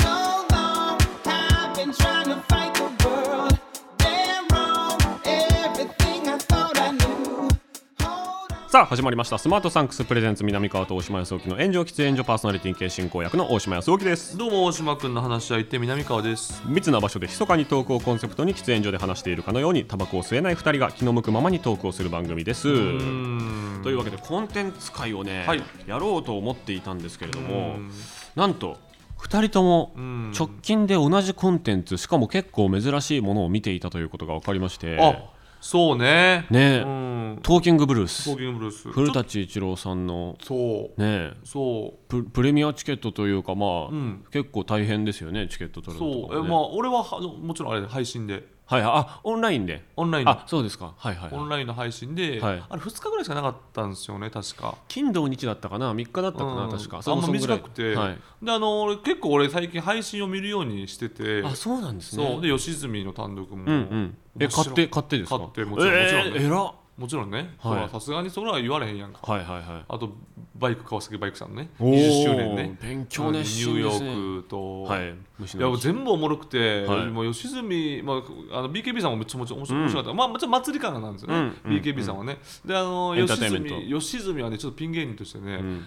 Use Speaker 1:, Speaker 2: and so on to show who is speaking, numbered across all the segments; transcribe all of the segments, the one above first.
Speaker 1: So long, I've been trying to fight the world. Damn wrong, everything I thought I knew. Hold on.
Speaker 2: さあ始まりましたスマートサンクスプレゼンツ南川と大島康沖の炎上喫煙所パーソナリティ系進行役の大島康沖です
Speaker 3: どうも、大島くんの話し相手、南川です。
Speaker 2: 密な場所で密かにトークをコンセプトに喫煙所で話しているかのようにタバコを吸えない2人が気の向くままにトークをする番組です
Speaker 3: うーん。
Speaker 2: というわけでコンテンツ会をね、
Speaker 3: はい
Speaker 2: やろうと思っていたんですけれども
Speaker 3: うん
Speaker 2: なんと2人とも
Speaker 3: うん
Speaker 2: 直近で同じコンテンツしかも結構珍しいものを見ていたということが分かりまして
Speaker 3: あ、そうね。
Speaker 2: ね
Speaker 3: うん。
Speaker 2: トーキングブルース
Speaker 3: トーキングブルース。
Speaker 2: 古舘一郎さんの
Speaker 3: ちょそう。
Speaker 2: ね
Speaker 3: そう。
Speaker 2: ププレミアチケットというかまあ、
Speaker 3: うん
Speaker 2: 結構大変ですよねチケット取るのと
Speaker 3: そ
Speaker 2: か
Speaker 3: う。え、
Speaker 2: もね
Speaker 3: まあ、俺は、あのもちろんあれ、配信で。
Speaker 2: はいはいあオンラインで
Speaker 3: オンラインの
Speaker 2: あそうですかはいはい、
Speaker 3: オン
Speaker 2: はい、
Speaker 3: ラインの配信で、
Speaker 2: はい
Speaker 3: あれ2日ぐらいしかなかったんですよね、確か。
Speaker 2: 金土日だったかな3日だったかな、
Speaker 3: うん
Speaker 2: 確か
Speaker 3: あんま
Speaker 2: そのそのぐら
Speaker 3: 短
Speaker 2: い
Speaker 3: くて、
Speaker 2: はい、
Speaker 3: であの俺結構俺最近配信を見るようにしてて
Speaker 2: あそうなんですね
Speaker 3: そうで吉住の単独も、
Speaker 2: うんうんえ
Speaker 3: 面白
Speaker 2: 買って買ってですか
Speaker 3: 買ってもちろん
Speaker 2: えー
Speaker 3: もちろんね
Speaker 2: えらは
Speaker 3: もちろんね
Speaker 2: はい
Speaker 3: ほらさすがにそれは言われへんやんか
Speaker 2: いはいはい
Speaker 3: あとバイク川崎バイクさんのね
Speaker 2: おー
Speaker 3: 20周年ね
Speaker 2: 勉強熱
Speaker 3: あの
Speaker 2: 心
Speaker 3: ニュー
Speaker 2: で
Speaker 3: ヨ
Speaker 2: すね
Speaker 3: ークと、
Speaker 2: はい
Speaker 3: いやもう全部おもろくて、
Speaker 2: はい
Speaker 3: もう吉住、まあ、あの BKB さんもめっちゃ面白面白かった、まあ、もちろん祭り感なんですよね、
Speaker 2: うんうん
Speaker 3: BKB さんはね。で、あの
Speaker 2: エンタ
Speaker 3: 吉
Speaker 2: ーテインメント
Speaker 3: 住吉住はね、ちょっとピン芸人としてね、
Speaker 2: ん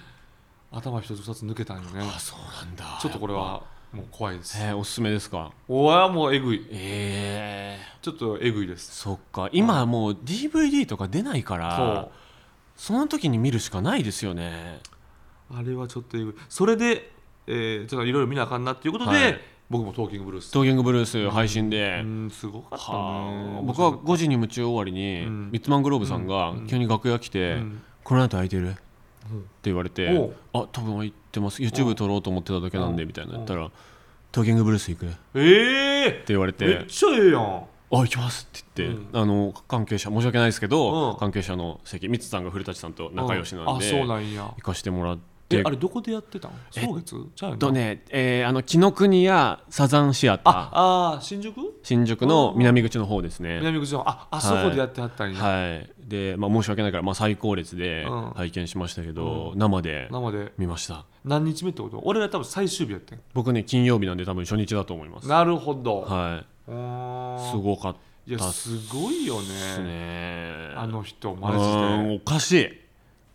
Speaker 3: 頭一つ二つ抜けたんよね、
Speaker 2: あそうなんだ
Speaker 3: ちょっとこれはもう怖いです。
Speaker 2: えーおすすめですか
Speaker 3: おわもうえぐい、
Speaker 2: ええ
Speaker 3: ちょっとえぐいです。
Speaker 2: そっか今もう DVD とか出ないか
Speaker 3: そ
Speaker 2: ら
Speaker 3: う
Speaker 2: その時に見るしかないですよね
Speaker 3: あれはちょっとえぐい。それで、えーちょっといろいろ見なあかんなっていうことで、
Speaker 2: はい
Speaker 3: 僕もトーキングブルース。
Speaker 2: トーキングブルース配信で、
Speaker 3: うん、すごかった
Speaker 2: は
Speaker 3: ね
Speaker 2: あ。僕は5時に夢中終わりに、
Speaker 3: うん
Speaker 2: ミッツマングローブさんが急に楽屋来て、
Speaker 3: うん
Speaker 2: この後空いてる、って言われて
Speaker 3: おう
Speaker 2: 「あ多分空いてます YouTube 撮ろうと思ってただけなんで」みたいな言ったら「トーキングブルース行く?」って
Speaker 3: ええ
Speaker 2: 言われ
Speaker 3: めってちゃええやん。
Speaker 2: 「あ行きます」って言って、あの関係者申し訳ないですけど、
Speaker 3: うん
Speaker 2: 関係者の席ミッツさんが古舘さんと仲良しなんで、
Speaker 3: あそうなんや
Speaker 2: 行かしてもらって
Speaker 3: えあれどこでやってたん
Speaker 2: え
Speaker 3: 草月じゃあ
Speaker 2: えっとね、えーあの紀ノ国やサザンシアター
Speaker 3: ああ新宿
Speaker 2: 新宿の南口の方ですね
Speaker 3: 南口のああそこでやってはったんや、
Speaker 2: はいで、まあ、申し訳ないから、まあ、最高列で
Speaker 3: うん
Speaker 2: 拝見しましたけど、生で
Speaker 3: 生で
Speaker 2: 見ました
Speaker 3: 何日目ってこと俺ら多分最終日やってん
Speaker 2: 僕ね金曜日なんで多分初日だと思います
Speaker 3: なるほど、
Speaker 2: は
Speaker 3: うー
Speaker 2: い
Speaker 3: ん
Speaker 2: すごかっ
Speaker 3: いや
Speaker 2: たっす
Speaker 3: すごいよ
Speaker 2: ね
Speaker 3: ねあの人マジ
Speaker 2: うん
Speaker 3: で
Speaker 2: おかしい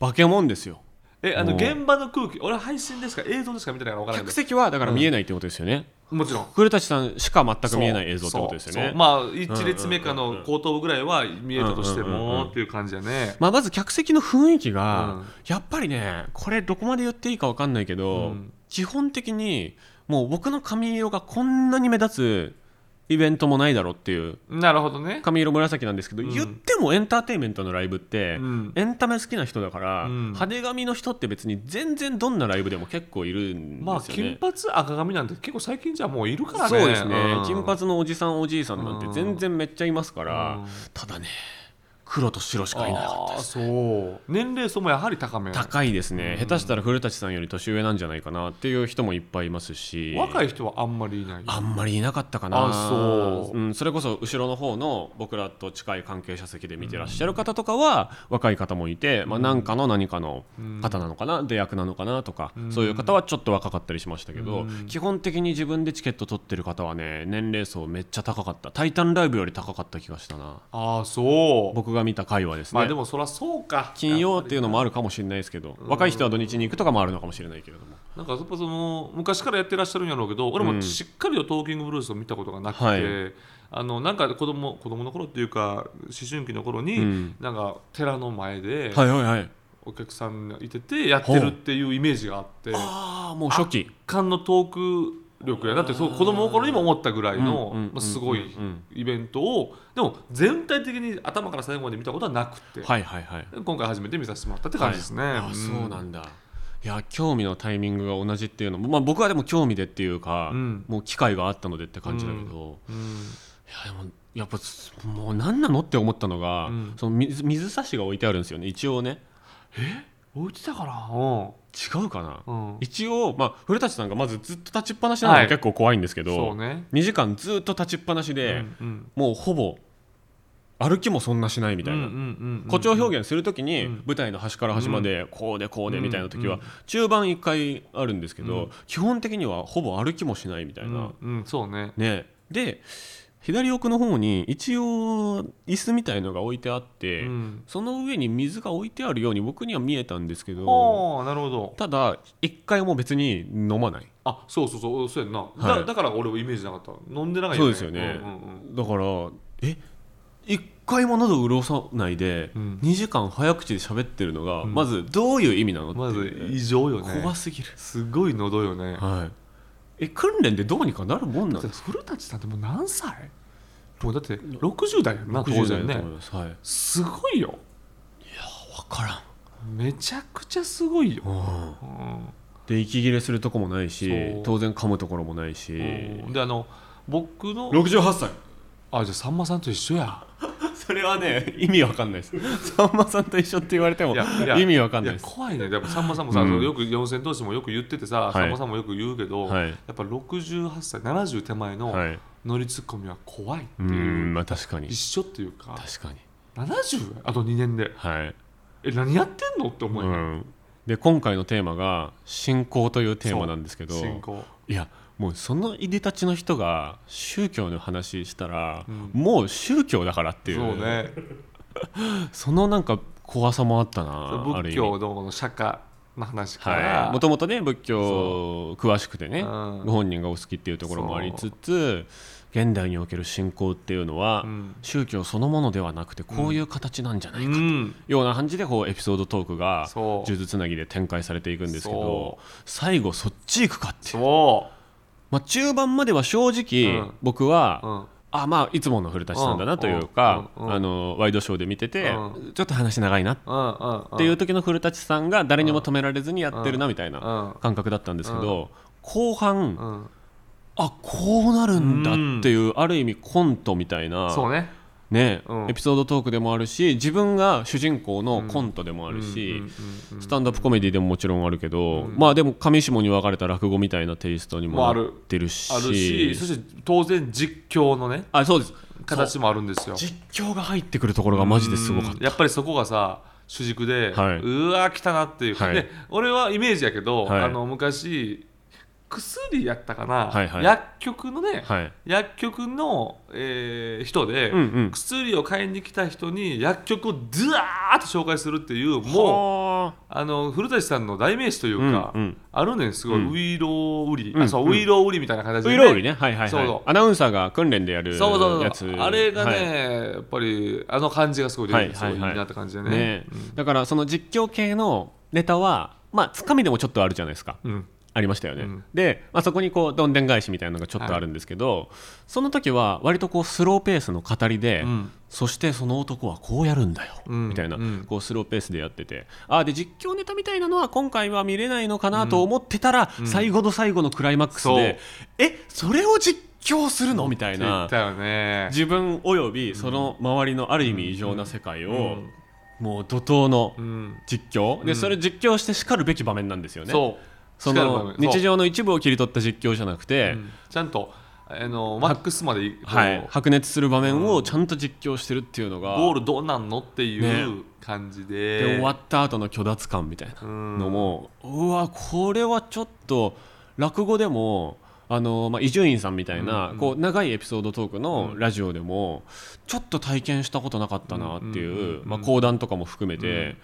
Speaker 2: 化け物ですよ
Speaker 3: えあ
Speaker 2: う
Speaker 3: の
Speaker 2: ん
Speaker 3: 現場の空気俺配信ですか映像ですか見てないから分からない
Speaker 2: 客席はだから見えないってことですよね、
Speaker 3: もちろん
Speaker 2: 古舘さんしか全く見えない映像ってことですよ
Speaker 3: そう
Speaker 2: ね
Speaker 3: そうまあ一列目かの後頭部ぐらいは見えたとして
Speaker 2: うんうんうんう
Speaker 3: も
Speaker 2: ん
Speaker 3: っていう感じやね
Speaker 2: まあ、まず客席の雰囲気が、
Speaker 3: うん
Speaker 2: やっぱりねこれどこまで言っていいか分かんないけど、
Speaker 3: うん
Speaker 2: 基本的にもう僕の髪色がこんなに目立つイベントもないだろうっていう
Speaker 3: なるほどね
Speaker 2: 髪色紫なんですけど、
Speaker 3: ん
Speaker 2: 言ってもエンターテインメントのライブって、
Speaker 3: うん
Speaker 2: エンタメ好きな人だから、
Speaker 3: うん
Speaker 2: 派手髪の人って別に全然どんなライブでも結構いるん
Speaker 3: まあ
Speaker 2: ですよ
Speaker 3: 金
Speaker 2: ね。
Speaker 3: 髪赤髪なんて結構最近じゃもういるからね
Speaker 2: そうですね、
Speaker 3: うん
Speaker 2: 金髪のおじさんおじいさんなんて全然めっちゃいますから、
Speaker 3: うん
Speaker 2: ただね黒と白しかいなかった
Speaker 3: あーそう年齢層もやはり高め
Speaker 2: 高いですね、下手したら古舘さんより年上なんじゃないかなっていう人もいっぱいいますし
Speaker 3: 若
Speaker 2: い
Speaker 3: い人はあんまりいない
Speaker 2: あんまりいなかったかな、
Speaker 3: あそうん
Speaker 2: それこそ後ろの方の僕らと近い関係者席で見てらっしゃる方とかは若い方もいて、まあ、何かの何かの方なのかな出役なのかなとか、そういう方はちょっと若かったりしましたけど、基本的に自分でチケット取ってる方はね年齢層めっちゃ高かった「タイタンライブ」より高かった気がしたな
Speaker 3: ああそう
Speaker 2: 僕が見た回はですね、
Speaker 3: まあでもそりゃそうか
Speaker 2: 金曜っていうのもあるかもしれないですけど、若い人は土日に行くとかもあるのかもしれないけれども、
Speaker 3: なんかやっぱその昔からやってらっしゃるんやろうけど俺
Speaker 2: うん
Speaker 3: もしっかりとトーキングブルースを見たことがなくて、
Speaker 2: はい
Speaker 3: あのなんか子供子供の頃っていうか思春期の頃に、
Speaker 2: うん
Speaker 3: なんか寺の前で
Speaker 2: いはいはい
Speaker 3: お客さんがいててやってるっていうイメージがあって
Speaker 2: ああもう初期
Speaker 3: 感のトーク力やなってそう子供の頃にも思ったぐらい
Speaker 2: うんう
Speaker 3: の
Speaker 2: んうんうん
Speaker 3: まあすごいイベントをでも全体的に頭から最後まで見たことはなくて、
Speaker 2: はいはいはい
Speaker 3: 今回初めて見させてもらったって感じですね。
Speaker 2: あーそうなんだいや興味のタイミングが同じっていうのも、まあ、僕はでも興味でっていうか、
Speaker 3: うん
Speaker 2: もう機会があったのでって感じだけど、
Speaker 3: うん
Speaker 2: いやでもやっぱもう何なのって思ったのが、
Speaker 3: うん
Speaker 2: その水水差しが置いてあるんですよね一応ね
Speaker 3: 置いてたかなうん
Speaker 2: 違うかな、
Speaker 3: うん
Speaker 2: 一応、まあ、古舘さんがまずずっと立ちっぱなしなの
Speaker 3: は
Speaker 2: が
Speaker 3: い
Speaker 2: 結構怖いんですけど、
Speaker 3: そうね
Speaker 2: 2時間ずっと立ちっぱなしで、
Speaker 3: うんうん
Speaker 2: もうほぼ歩きもそんなしないみたいな、
Speaker 3: うんうんうんうん
Speaker 2: 誇張表現するときに
Speaker 3: うん
Speaker 2: 舞台の端から端までこうでこうでみたいな時
Speaker 3: う
Speaker 2: は
Speaker 3: ん
Speaker 2: 中盤1回あるんですけど、
Speaker 3: うん
Speaker 2: 基本的にはほぼ歩きもしないみたいな、
Speaker 3: うん、うん、そうね
Speaker 2: ねで左奥の方に一応椅子みたいのが置いてあって、
Speaker 3: うん
Speaker 2: その上に水が置いてあるように僕には見えたんですけど
Speaker 3: ああなるほど
Speaker 2: ただ1回も別に飲まない
Speaker 3: あそうそうそうそうやんな、
Speaker 2: はい
Speaker 3: だだから俺もイメージなかった飲んでなかった
Speaker 2: そうですよね
Speaker 3: うんうん
Speaker 2: だからえ一回も喉潤さないで、
Speaker 3: うん
Speaker 2: 2時間早口で喋ってるのが、
Speaker 3: うん
Speaker 2: まずどういう意味なの
Speaker 3: う
Speaker 2: っ
Speaker 3: ん
Speaker 2: て
Speaker 3: まず
Speaker 2: いうね
Speaker 3: 異常よね
Speaker 2: 怖すぎる、
Speaker 3: すごい喉よね
Speaker 2: はい、え訓練でどうにかなるもん
Speaker 3: だ
Speaker 2: なん
Speaker 3: って
Speaker 2: です
Speaker 3: 古舘さんってもう何歳もうだって60代やんな当
Speaker 2: 60代
Speaker 3: 然
Speaker 2: だと
Speaker 3: ね
Speaker 2: 思います、はい、
Speaker 3: すごいよ
Speaker 2: 分か
Speaker 3: めちゃくちゃすごいよ、
Speaker 2: らん、うん、
Speaker 3: うん
Speaker 2: で息切れするとこもないし
Speaker 3: そう
Speaker 2: 当然噛むところもないし、
Speaker 3: であの僕の
Speaker 2: 68歳
Speaker 3: あじゃあさんまさんと一緒や
Speaker 2: それはね意味わかんないですさんまさんと一緒って言われても意味わかんないで
Speaker 3: い
Speaker 2: す
Speaker 3: や怖いねでもさんまさんもさ、
Speaker 2: うん
Speaker 3: そのよく四千頭身もよく言っててさ、
Speaker 2: い
Speaker 3: さんまさんもよく言うけど、
Speaker 2: はい
Speaker 3: やっぱ68歳70手前
Speaker 2: は
Speaker 3: の
Speaker 2: い
Speaker 3: 乗りツッコミは怖いって
Speaker 2: う
Speaker 3: いう、
Speaker 2: んまあ確かに
Speaker 3: 一緒っていうか
Speaker 2: 確かに
Speaker 3: 70? あと2年で
Speaker 2: はい
Speaker 3: え何やってんのって思う
Speaker 2: う
Speaker 3: よね、
Speaker 2: ん、で今回のテーマが「信仰」というテーマなんですけど
Speaker 3: 進行
Speaker 2: いやもうそのいでたちの人が宗教の話したら、
Speaker 3: うん
Speaker 2: もう宗教だからっていう
Speaker 3: そうね
Speaker 2: そのなんか怖さもあったなある意
Speaker 3: 仏
Speaker 2: 味
Speaker 3: 教のこの釈迦の話から、
Speaker 2: はいもともとね仏教詳しくてね
Speaker 3: うん
Speaker 2: ご本人がお好きっていうところもありつつ現代における信仰っていうのは、
Speaker 3: うん
Speaker 2: 宗教そのものではなくてこういう形なんじゃないうか、
Speaker 3: ん
Speaker 2: ような感じでこうエピソードトークが
Speaker 3: そう
Speaker 2: 数珠つなぎで展開されていくんですけど
Speaker 3: そ
Speaker 2: 最後そっち行くかっていう、
Speaker 3: そ
Speaker 2: まあ、中盤までは正直、
Speaker 3: うん
Speaker 2: 僕は、
Speaker 3: う、うん、
Speaker 2: あまあ、いつもの古舘さんだなというか、
Speaker 3: うんうんうん
Speaker 2: あのワイドショーで見てて、
Speaker 3: う
Speaker 2: ちょっと話長いなっ
Speaker 3: うんうんうん
Speaker 2: ていう時の古舘さんが誰にも止められずにやってるなみたい
Speaker 3: うん
Speaker 2: な感覚だったんですけど、後半、
Speaker 3: うん
Speaker 2: あこうなるんだっていう、ある意味コントみたいな
Speaker 3: そうね
Speaker 2: ね
Speaker 3: うん
Speaker 2: エピソードトークでもあるし自分が主人公のコントでもあるし、
Speaker 3: うんうんうんうん
Speaker 2: スタンダップコメディでももちろんあるけど、
Speaker 3: うん
Speaker 2: まあでも上下に分かれた落語みたいなテイストにも
Speaker 3: も
Speaker 2: な
Speaker 3: ある
Speaker 2: ってるし
Speaker 3: あるしそして当然実況のね
Speaker 2: あそうです
Speaker 3: 形
Speaker 2: そう
Speaker 3: もあるんですよ
Speaker 2: 実況が入ってくるところがマジですごかっ
Speaker 3: うんやっぱりそこがさ主軸で、
Speaker 2: はいう
Speaker 3: わ来たなっていう、
Speaker 2: はい
Speaker 3: で俺はイメージやけど、
Speaker 2: はい
Speaker 3: あの昔薬やったかな、
Speaker 2: はいはい
Speaker 3: 薬局のね、
Speaker 2: た、はい、
Speaker 3: 薬局の、えー人で、
Speaker 2: うんうん
Speaker 3: 薬を買いに来た人に薬局をずわーっと紹介するっていうもう
Speaker 2: も
Speaker 3: あの古舘さんの代名詞というか、
Speaker 2: うんうん
Speaker 3: あるねんすごい、
Speaker 2: うん
Speaker 3: ウイロー売り、
Speaker 2: うん
Speaker 3: あそう
Speaker 2: うん
Speaker 3: ウイロー売りみたいな形
Speaker 2: う
Speaker 3: で、
Speaker 2: ウイロウリねはいはい
Speaker 3: そ
Speaker 2: は
Speaker 3: う
Speaker 2: い
Speaker 3: そう
Speaker 2: アナウンサーが訓練でやるやつ
Speaker 3: そうそうそうあれがね、
Speaker 2: はい
Speaker 3: やっぱりあの感じがすごい出てるんですよ、
Speaker 2: はい
Speaker 3: い
Speaker 2: はいいはい
Speaker 3: なって感じでね
Speaker 2: ねだからその実況系のネタはまあつかみでもちょっとあるじゃないですか、
Speaker 3: うん
Speaker 2: ありましたよね、
Speaker 3: うん
Speaker 2: で、まあ、そこにこうどんでん返しみたいなのがちょっとあるんですけど、その時は割とこうスローペースの語りで、
Speaker 3: うん
Speaker 2: そしてその男はこうやるんだよ、
Speaker 3: うん
Speaker 2: みたいな、
Speaker 3: うん
Speaker 2: こうスローペースでやっててあーで実況ネタみたいなのは今回は見れないのかなと思ってたら、最後の最後のクライマックスで、えそれを実況するのみたい
Speaker 3: 言
Speaker 2: な
Speaker 3: ったよね
Speaker 2: 自分およびその周りのある意味異常な世界を、
Speaker 3: うん
Speaker 2: もう怒涛の
Speaker 3: うん
Speaker 2: 実況、でそれ実況してしかるべき場面なんですよね。
Speaker 3: そう
Speaker 2: そ
Speaker 3: 力の
Speaker 2: の
Speaker 3: 部分
Speaker 2: 日常の一部を切り取った実況じゃなくて、
Speaker 3: そううんちゃんとあのマックスまでい
Speaker 2: はい、
Speaker 3: こう
Speaker 2: 白熱する場面をちゃんと実況してるっていうのが、
Speaker 3: ゴールどうなんのっていう
Speaker 2: ね
Speaker 3: 感じ
Speaker 2: で
Speaker 3: で
Speaker 2: 終わった後の虚脱感みたいなのも、うわこれはちょっと落語でもあのまあ伊集院さんみたいな、こう長いエピソードトークのラジオでも、ちょっと体験したことなかったなっていう、まあ、講談とかも含めて、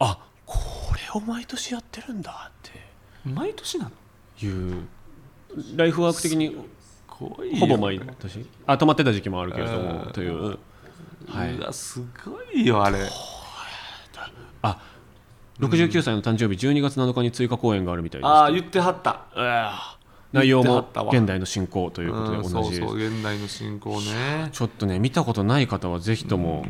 Speaker 2: あこれを毎年やってるんだっ
Speaker 3: 毎年なの
Speaker 2: ていうライフワーク的に
Speaker 3: 濃いよね
Speaker 2: ほぼ毎年あ止まってた時期もあるけれど
Speaker 3: う
Speaker 2: も
Speaker 3: ん
Speaker 2: というはいう
Speaker 3: わすごいよあれ
Speaker 2: あ69歳の誕生日12月7日に追加公演があるみたいです
Speaker 3: ああ言ってはった
Speaker 2: あー内容
Speaker 3: 言っ
Speaker 2: も
Speaker 3: てはったわ
Speaker 2: 現代の進行というこ
Speaker 3: うん
Speaker 2: とで同
Speaker 3: そう
Speaker 2: じです
Speaker 3: そう現代の進行ね
Speaker 2: ちょっとね見たことない方はぜひとも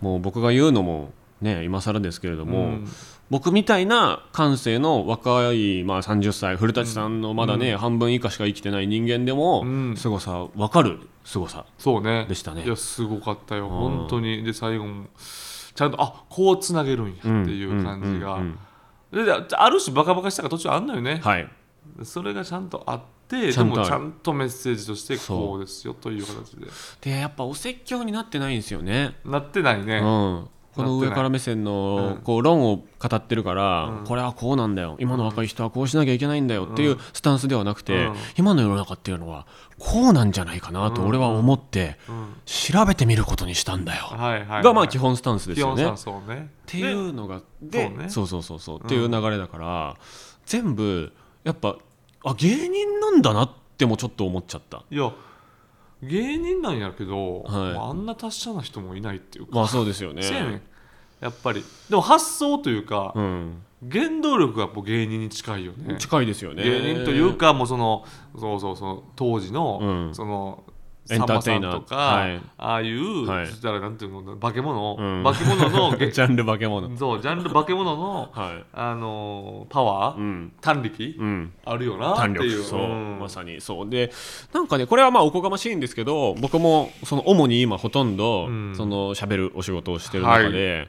Speaker 2: もう僕が言うのもね今更ですけれども、
Speaker 3: うん
Speaker 2: 僕みたいな感性の若い、まあ、30歳古舘さんのまだね、半分以下しか生きてない人間でも、
Speaker 3: うん
Speaker 2: 凄さ分かる凄さ
Speaker 3: そうね
Speaker 2: でしたね
Speaker 3: いやすごかったよ本当にで最後もちゃんとあこうつなげるんやっていう感じが
Speaker 2: うんうんうんうん
Speaker 3: でである種バカバカしたが途中あんのよね、
Speaker 2: はい
Speaker 3: それがちゃんとあって
Speaker 2: ちゃんとあ
Speaker 3: でも
Speaker 2: る
Speaker 3: ちゃんとメッセージとして
Speaker 2: そう
Speaker 3: こうですよという形で
Speaker 2: でやっぱお説教になってないんですよね、
Speaker 3: なってない
Speaker 2: う
Speaker 3: ね、
Speaker 2: ん、この上から目線の
Speaker 3: うん
Speaker 2: こう論を語ってるから、
Speaker 3: うん
Speaker 2: これはこうなんだよ今の若い人はこうしなきゃいけないんだよっていうスタンスではなくて、
Speaker 3: うん
Speaker 2: 今の世の中っていうのはこうなんじゃないかなと俺は思って
Speaker 3: うん
Speaker 2: 調べてみることにしたんだよ、
Speaker 3: はいはいはい
Speaker 2: がまあ基本スタンスです
Speaker 3: 基
Speaker 2: よ
Speaker 3: 本
Speaker 2: ね。
Speaker 3: さ
Speaker 2: っ
Speaker 3: んそうね
Speaker 2: ていうのがで
Speaker 3: でそうね
Speaker 2: そうそうそうそうっていう流れだから全部やっぱあ芸人なんだなってもちょっと思っちゃった。
Speaker 3: いや芸人なんやけど、
Speaker 2: はい
Speaker 3: もうあんな達者な人もいないっていうか、
Speaker 2: まあそうですよね。
Speaker 3: そうやねんやっぱりでも発想というか、
Speaker 2: うん、
Speaker 3: 原動力がもう芸人に近いよね
Speaker 2: 近いですよね。
Speaker 3: 芸人というかもうそのそうそうそう当時の、
Speaker 2: うん
Speaker 3: その
Speaker 2: エンターテイナー
Speaker 3: さんまさんとか、
Speaker 2: はい
Speaker 3: ああいう、
Speaker 2: はい
Speaker 3: そしたらなんていうの化け物、
Speaker 2: うん
Speaker 3: 化け物
Speaker 2: ジ
Speaker 3: のげ
Speaker 2: ャンル化け物。
Speaker 3: そうジャンル化け物の、
Speaker 2: はい。
Speaker 3: あのーパワー、
Speaker 2: うん。
Speaker 3: 胆力、
Speaker 2: うん。
Speaker 3: あるよなって
Speaker 2: 弾力
Speaker 3: いう
Speaker 2: そう、
Speaker 3: ん
Speaker 2: まさにそうでなんかねこれはまあおこがましいんですけど僕もその主に今ほとんど、
Speaker 3: うん
Speaker 2: その喋るお仕事をしてる中で、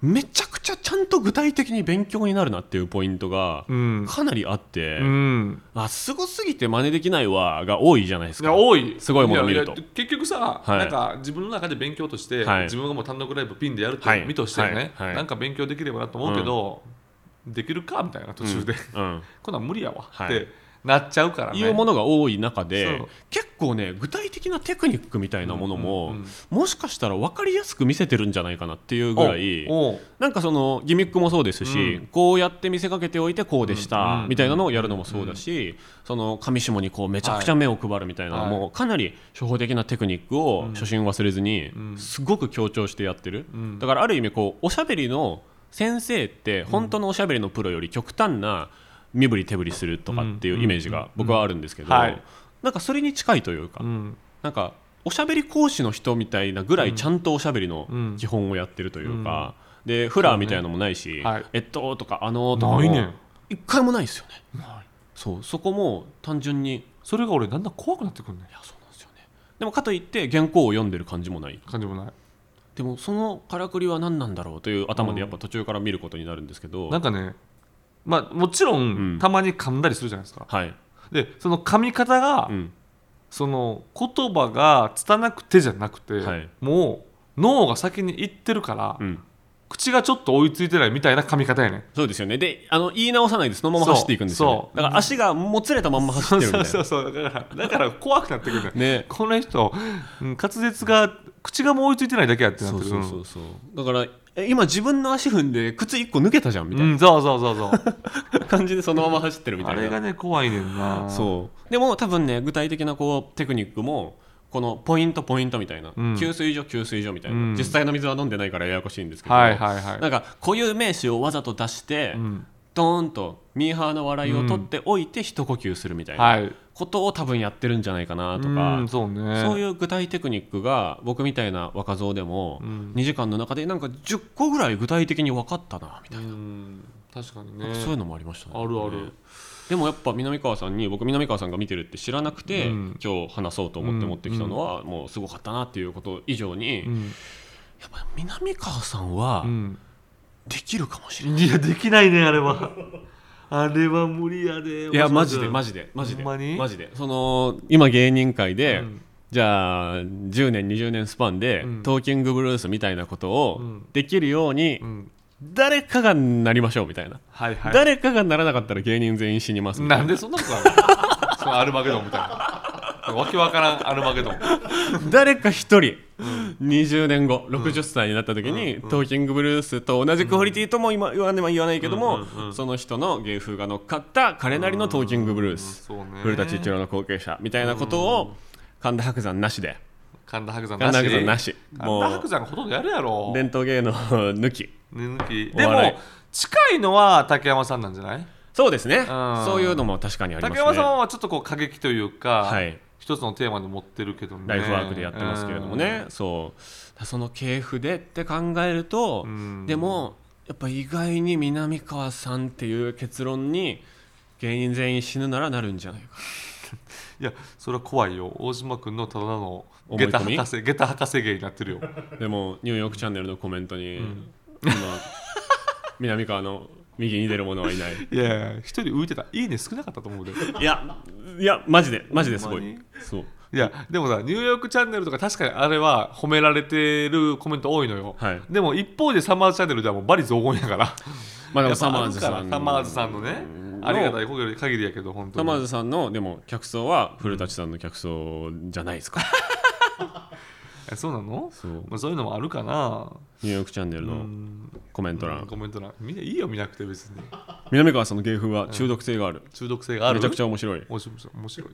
Speaker 2: めちゃくちゃちゃんと具体的に勉強になるなっていうポイントが
Speaker 3: うん
Speaker 2: かなりあって、
Speaker 3: うん
Speaker 2: あすごすぎて真似できないわが多いじゃないです
Speaker 3: い
Speaker 2: か
Speaker 3: や多い
Speaker 2: すごいもの見ると
Speaker 3: やいや結局さ、
Speaker 2: はい
Speaker 3: なんか自分の中で勉強として、
Speaker 2: はい
Speaker 3: 自分がもう単独ライブピンでやるって
Speaker 2: はい
Speaker 3: 見としてね、
Speaker 2: はいはい
Speaker 3: なんか勉強できればなと思うけど、できるかみたいな途中で、
Speaker 2: うん、
Speaker 3: こんなん無理やわっ
Speaker 2: はい
Speaker 3: てなっちゃうからね。
Speaker 2: いうものが多い中で
Speaker 3: そう
Speaker 2: 結構ね具体的なテクニックみたいなものも、
Speaker 3: うんうんうん
Speaker 2: もしかしたら分かりやすく見せてるんじゃないかなっていうぐらい
Speaker 3: おう
Speaker 2: なんかそのギミックもそうですし、
Speaker 3: うん
Speaker 2: こうやって見せかけておいてこうでし
Speaker 3: うんう
Speaker 2: た
Speaker 3: ん
Speaker 2: みたいなのをやるのもそうだし、その上下にこうめちゃくちゃ目を配るみたいなのも、かなり初歩的なテクニックを初心忘れずに
Speaker 3: ん
Speaker 2: すごく強調してやってる、
Speaker 3: ん
Speaker 2: だからある意味こうおしゃべりの先生って本当のおしゃべりのプロより極端な身振り手振りするとかっていうイメージが僕はあるんですけど、
Speaker 3: うんはい
Speaker 2: なんかそれに近いというか、
Speaker 3: うん
Speaker 2: なんかおしゃべり講師の人みたいなぐらいちゃんとおしゃべりの
Speaker 3: うん
Speaker 2: 基本をやってるというか、でフラーみたいなのもないし、
Speaker 3: はい
Speaker 2: えっととかあのとか
Speaker 3: ないね
Speaker 2: も
Speaker 3: ん
Speaker 2: 一回もないですよねそうそこも単純にい
Speaker 3: それが俺だんだん怖くなってくるね
Speaker 2: やそうなんですよねでもかといって原稿を読んでる感じもない
Speaker 3: 感じもない
Speaker 2: でもそのからくりは何なんだろうという頭でやっぱ途中から見ることになるんですけど、
Speaker 3: なんかねまあもちろん、
Speaker 2: ん
Speaker 3: たまに噛んだりするじゃないですか
Speaker 2: はい、
Speaker 3: でその噛み方が、
Speaker 2: うん、
Speaker 3: その言葉が拙くてじゃなくて、
Speaker 2: はい
Speaker 3: もう脳が先に行ってるから、
Speaker 2: うん
Speaker 3: 口がちょっと追いついてないみたいな噛み方やねん
Speaker 2: そうですよねであの言い直さないでそのまま走っていくんですよ、ね
Speaker 3: そう、そ
Speaker 2: だ
Speaker 3: う
Speaker 2: から足がもつれたまんま走ってるんで
Speaker 3: そうそうそうだからだから怖くなってくるね
Speaker 2: ね
Speaker 3: この人、うん滑舌が口がもう追いついてないだけやってなっ
Speaker 2: そ
Speaker 3: て
Speaker 2: う
Speaker 3: る
Speaker 2: そうそうそうだからえ今自分の足踏んで靴1個抜けたじゃんみ
Speaker 3: う
Speaker 2: たい
Speaker 3: ん、うんそうそうそうそう
Speaker 2: な感じでそのまま走ってるみた
Speaker 3: あ
Speaker 2: い
Speaker 3: れが
Speaker 2: な
Speaker 3: ね怖いねんな
Speaker 2: そうでも多分ね具体的なこうテクニックもこのポイントポイントみたいな、
Speaker 3: うん
Speaker 2: 給水所給水所みたいな、
Speaker 3: うん
Speaker 2: 実際の水は飲んでないからややこしいんですけど、
Speaker 3: はいはいはい
Speaker 2: なんか固有名詞をわざと出して、
Speaker 3: うん
Speaker 2: ドーンとミーハーの笑いを取っておいて一呼吸するみたい
Speaker 3: は
Speaker 2: ないことを多分やってるんじゃないかなとか、
Speaker 3: うんそうね
Speaker 2: そういう具体テクニックが僕みたいな若造でも
Speaker 3: ん
Speaker 2: 2時間の中でなんか10個ぐらい具体的に分かったなみたい
Speaker 3: うん確かに
Speaker 2: な、
Speaker 3: ね
Speaker 2: そういうのもありましたね
Speaker 3: あるある
Speaker 2: でもやっぱ南川さんに僕南川さんが見てるって知らなくて、
Speaker 3: うん
Speaker 2: 今日話そうと思って持ってきたのはもうすごかったなっていうこと以上に、や
Speaker 3: うん
Speaker 2: っぱ南川さんは
Speaker 3: うん
Speaker 2: できるかもしれない、
Speaker 3: いやできないねあれ はあれは無理やで
Speaker 2: いやマジでマジ
Speaker 3: ジ
Speaker 2: でマジで
Speaker 3: ほんまに
Speaker 2: マジでその今芸人界で、
Speaker 3: うん
Speaker 2: じゃあ10年20年スパンで、
Speaker 3: うん
Speaker 2: トーキングブルースみたいなことを
Speaker 3: うん
Speaker 2: できるように、
Speaker 3: うん
Speaker 2: 誰かがなりましょうみたいな、
Speaker 3: はいはい
Speaker 2: 誰かがならなかったら芸人全員死にますみたい
Speaker 3: なんでそんなことあ るのそのアルマゲドンみたいなわけわからんアルマゲドン
Speaker 2: 誰か一人、20年後60歳になった時に、トーキングブルースと同じクオリティとも今言わ,、言わないけども、
Speaker 3: うんうんうん
Speaker 2: その人の芸風が乗っかった彼なりのトーキングブルース、
Speaker 3: うんそうね
Speaker 2: 古舘一郎の後継者みたいなことを神田伯山なしで
Speaker 3: 神田伯山な
Speaker 2: 神
Speaker 3: し
Speaker 2: 田伯山なし
Speaker 3: 神
Speaker 2: も
Speaker 3: 田
Speaker 2: う
Speaker 3: 伯山ほとんどやるやろ
Speaker 2: 伝統芸能抜き
Speaker 3: ね抜き
Speaker 2: お
Speaker 3: で
Speaker 2: 笑い
Speaker 3: も近いのは竹山さんなんじゃない
Speaker 2: そうですね、
Speaker 3: ん
Speaker 2: そういうのも確かにあります
Speaker 3: 竹
Speaker 2: ね
Speaker 3: 山さんはちょっとこう過激というか、
Speaker 2: はい
Speaker 3: 一つのテーマで持ってるけどね
Speaker 2: ライフワークでやってますけれどもね、そうだその系譜でって考えると、
Speaker 3: うん
Speaker 2: でもやっぱ意外に南川さんっていう結論に芸人全員死ぬならなるんじゃないか
Speaker 3: うんいやそれは怖いよ大島君のただの
Speaker 2: 思い
Speaker 3: 下
Speaker 2: 込み
Speaker 3: 駄博士下駄博士芸になってるよ
Speaker 2: でもニューヨークチャンネルのコメントに、今南川の右に出る者はいない
Speaker 3: いやいや一人浮いてたいいね少なかったと思うで
Speaker 2: いやいやマジでマジですご
Speaker 3: ほん
Speaker 2: い
Speaker 3: ま
Speaker 2: そう
Speaker 3: いやでもさニューヨークチャンネルとか確かにあれは褒められてるコメント多いのよ、
Speaker 2: はい
Speaker 3: でも一方でサマーズチャンネルではもうバリ雑言やから
Speaker 2: まあで
Speaker 3: や
Speaker 2: も
Speaker 3: っぱ
Speaker 2: サマーズ
Speaker 3: あ
Speaker 2: さ
Speaker 3: る
Speaker 2: ん
Speaker 3: からサマーズさんのねありがたい限りやけど本当
Speaker 2: サ
Speaker 3: に
Speaker 2: マーズさんのでも客層は古舘さんの客層じゃないですか
Speaker 3: えそうなの
Speaker 2: そう
Speaker 3: まあ、そういうのもあるかな
Speaker 2: ニューヨークチャンネルのコメント
Speaker 3: うん
Speaker 2: 欄
Speaker 3: コメント欄みんないいよ見なくて別に
Speaker 2: 南川さんの芸風は中毒性がある
Speaker 3: 中毒性がある
Speaker 2: めちゃくち
Speaker 3: ゃ
Speaker 2: ゃ面白い
Speaker 3: 面白い面白い、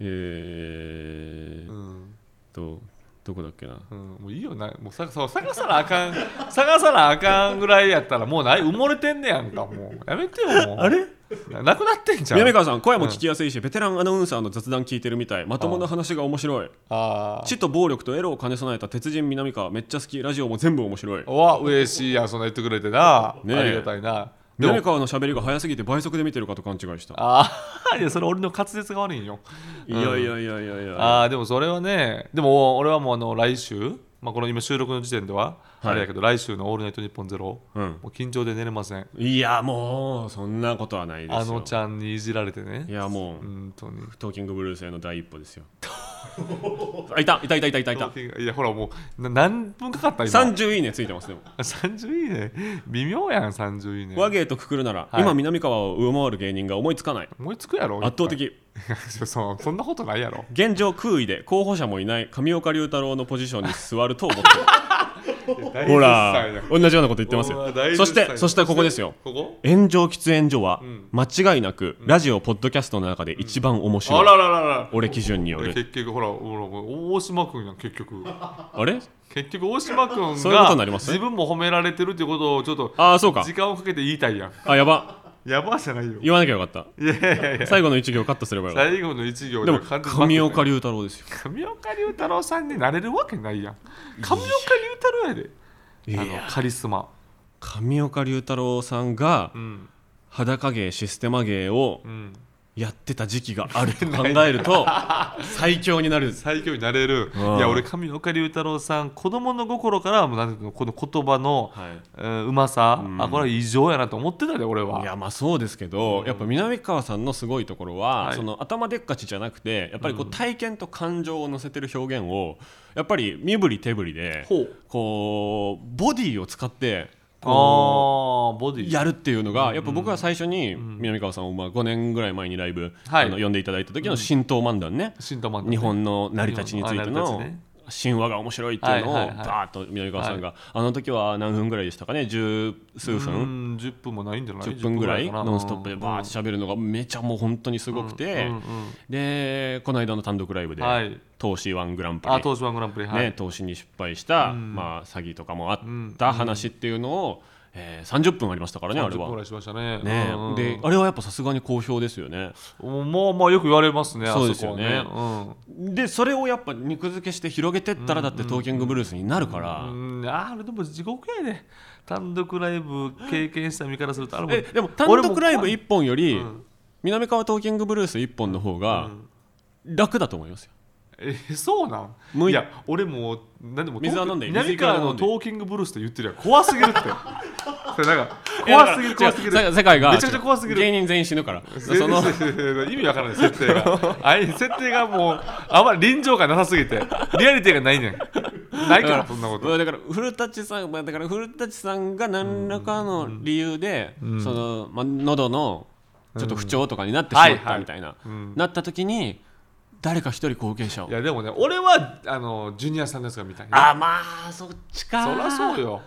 Speaker 2: え
Speaker 3: う
Speaker 2: ーっ
Speaker 3: ん
Speaker 2: とどこだっけな
Speaker 3: うん、もういいよなもうさそう探さなあかん探さなあかんぐらいやったらもうない埋もれてんねやんかもうやめてよもうあれななくなってんじゃん
Speaker 2: 南川さん声も聞きやすいし、ベテランアナウンサーの雑談聞いてるみたいまともな話が面白い
Speaker 3: ああ
Speaker 2: 知と暴力とエロを兼ね備えた鉄人南川めっちゃ好きラジオも全部面白い
Speaker 3: わ嬉しいやんそんな言ってくれてな、
Speaker 2: ねえ
Speaker 3: ありがたいなでも
Speaker 2: 南川の喋りが早すぎて倍速で見てるかと勘違いした
Speaker 3: ああいやそれ俺の滑舌が悪いんよ
Speaker 2: いやいやいやいやいや
Speaker 3: ああでもそれはねでも俺はもうあの来週、まあ、この今収録の時点では、
Speaker 2: はい
Speaker 3: あれやけど来週の「オールナイトニッポンゼロ、
Speaker 2: うん
Speaker 3: もう緊張で寝れません
Speaker 2: いやもうそんなことはないですよ
Speaker 3: あのちゃんにいじられて
Speaker 2: い
Speaker 3: ね
Speaker 2: やもう
Speaker 3: 本当に
Speaker 2: トーキングブルースへの第一歩ですよあいたいたいたいたいたいた
Speaker 3: いやほらもうな何分かかった今
Speaker 2: 30いいねついてますでも
Speaker 3: 30いいね微妙やん30いいね
Speaker 2: 和芸とくくるなら、
Speaker 3: はい
Speaker 2: 今南川を上回る芸人が思いつかない
Speaker 3: 思いつくやろ
Speaker 2: 圧倒
Speaker 3: い
Speaker 2: 的
Speaker 3: や そそんなことないやろ
Speaker 2: 現状空位で候補者もいない上岡龍太郎のポジションに座ると思 ってるほら同じようなこと言ってます
Speaker 3: うわ
Speaker 2: よ
Speaker 3: 大絶賛
Speaker 2: そして
Speaker 3: や
Speaker 2: そしてここですよ
Speaker 3: ここ
Speaker 2: 炎上喫煙所は
Speaker 3: ん
Speaker 2: 間違いなくラジオポッドキャストの中で一番面白い、
Speaker 3: あらららら
Speaker 2: 俺基準によ
Speaker 3: え
Speaker 2: る
Speaker 3: 結局ほらほら大島君やん結局
Speaker 2: あれ
Speaker 3: 結局大島君
Speaker 2: そういうこと
Speaker 3: が
Speaker 2: になります
Speaker 3: 自分も褒められてるってことをちょっと
Speaker 2: ああそうか
Speaker 3: 時間をかけて言いたいやん
Speaker 2: あやば
Speaker 3: やばじゃないよい
Speaker 2: 言わなきゃよかった
Speaker 3: やいやいや
Speaker 2: 最後の一行カットすればよかっ
Speaker 3: 最後の一行
Speaker 2: たでも
Speaker 3: 完全に
Speaker 2: 上岡龍太郎ですよ
Speaker 3: 上岡龍太郎さんになれるわけないやん上岡龍太郎やで
Speaker 2: い
Speaker 3: あのカリスマ
Speaker 2: 上岡龍太郎さんが
Speaker 3: うん
Speaker 2: 裸芸システマ芸を
Speaker 3: うん
Speaker 2: やってた時期がある と考えると最強になる
Speaker 3: 最強になれるい
Speaker 2: うん
Speaker 3: や俺上岡龍太郎さん子供の心からもうなんていうのこの言葉の
Speaker 2: はい
Speaker 3: うんうまさ
Speaker 2: ん
Speaker 3: あこれは異常やなと思ってたで俺
Speaker 2: い
Speaker 3: は
Speaker 2: やまあそうですけど、やっぱ南川さんのすごいところは、
Speaker 3: はい
Speaker 2: その頭でっかちじゃなくてやっぱりこう体験と感情を乗せてる表現をやっぱり身振り手振りで
Speaker 3: ほう
Speaker 2: こうボディを使って
Speaker 3: あ
Speaker 2: こ
Speaker 3: ーボデ
Speaker 2: う
Speaker 3: ィ
Speaker 2: やるっていうのがやっぱ僕は最初に南川さんをまあ5年ぐらい前にライブ、
Speaker 3: は
Speaker 2: あ
Speaker 3: い
Speaker 2: の呼んでいただいた時の浸透漫談ね、
Speaker 3: 新玉
Speaker 2: 日本の成り立ちについて
Speaker 3: 日本のあ成
Speaker 2: の
Speaker 3: り立ちね
Speaker 2: 神話が面白いっていうのを
Speaker 3: はいはいは
Speaker 2: バ
Speaker 3: い
Speaker 2: ーッと南川さんがあの時は何分ぐらいでしたかね十数分
Speaker 3: うん10分もないんじゃない
Speaker 2: 10分ぐらい
Speaker 3: かな
Speaker 2: ノンストップでバーッと喋るのがめちゃもう本当にすごくて、
Speaker 3: うんうんうん
Speaker 2: でこの間の単独ライブで、
Speaker 3: はい
Speaker 2: 投資ワングランプリ、
Speaker 3: あ東芝グランプリはい、
Speaker 2: ね、投資に失敗した、まあ、詐欺とかもあ
Speaker 3: ん
Speaker 2: った話っていうのを、えー30分ありましたからねあれ
Speaker 3: 30分ぐら
Speaker 2: は。
Speaker 3: いしましたね
Speaker 2: ね
Speaker 3: うんうん
Speaker 2: であれはやっぱさすがに好評ですよね
Speaker 3: まあまあよく言われますね
Speaker 2: そうですよね
Speaker 3: あそこはね
Speaker 2: でそれをやっぱ肉付けして広げてったらだってトーキングブルースになるから、
Speaker 3: うん、うん、あれでも地獄やね単独ライブ経験した身からするとあれも
Speaker 2: えでも単独ライブ
Speaker 3: 俺も
Speaker 2: 1本より、
Speaker 3: ん
Speaker 2: 南川トーキングブルース1本の方が楽だと思いますよ
Speaker 3: えそうなん
Speaker 2: もう
Speaker 3: いや俺もう何でも
Speaker 2: 水は飲んで
Speaker 3: 南
Speaker 2: 水いくら
Speaker 3: 川
Speaker 2: でも飲
Speaker 3: の
Speaker 2: んで
Speaker 3: トーキングブルースって言ってるやん怖すぎる ってそれなんか
Speaker 2: いやだか
Speaker 3: 怖
Speaker 2: ら
Speaker 3: すぎる怖すぎる
Speaker 2: 違うせ世界が
Speaker 3: めちゃくちゃ怖すぎる
Speaker 2: 芸人全員死ぬからそ
Speaker 3: その
Speaker 2: の
Speaker 3: 意味わからない設定 があい設定がもうあまり臨場感なさすぎてリアリティがないねんないからそんなこ
Speaker 2: う
Speaker 3: と
Speaker 2: んだから古舘さんまあだから古舘さんが何らかの理由で、その、まあ、喉のちょっと不調とかになってしま
Speaker 3: うん
Speaker 2: っ
Speaker 3: はいは
Speaker 2: た
Speaker 3: い
Speaker 2: みたいな、
Speaker 3: ん
Speaker 2: なった時に誰か一人後継者を
Speaker 3: いやでもね俺はあのジュニアさんのやつが見たいな
Speaker 2: あまあそっちか
Speaker 3: そりゃそうよ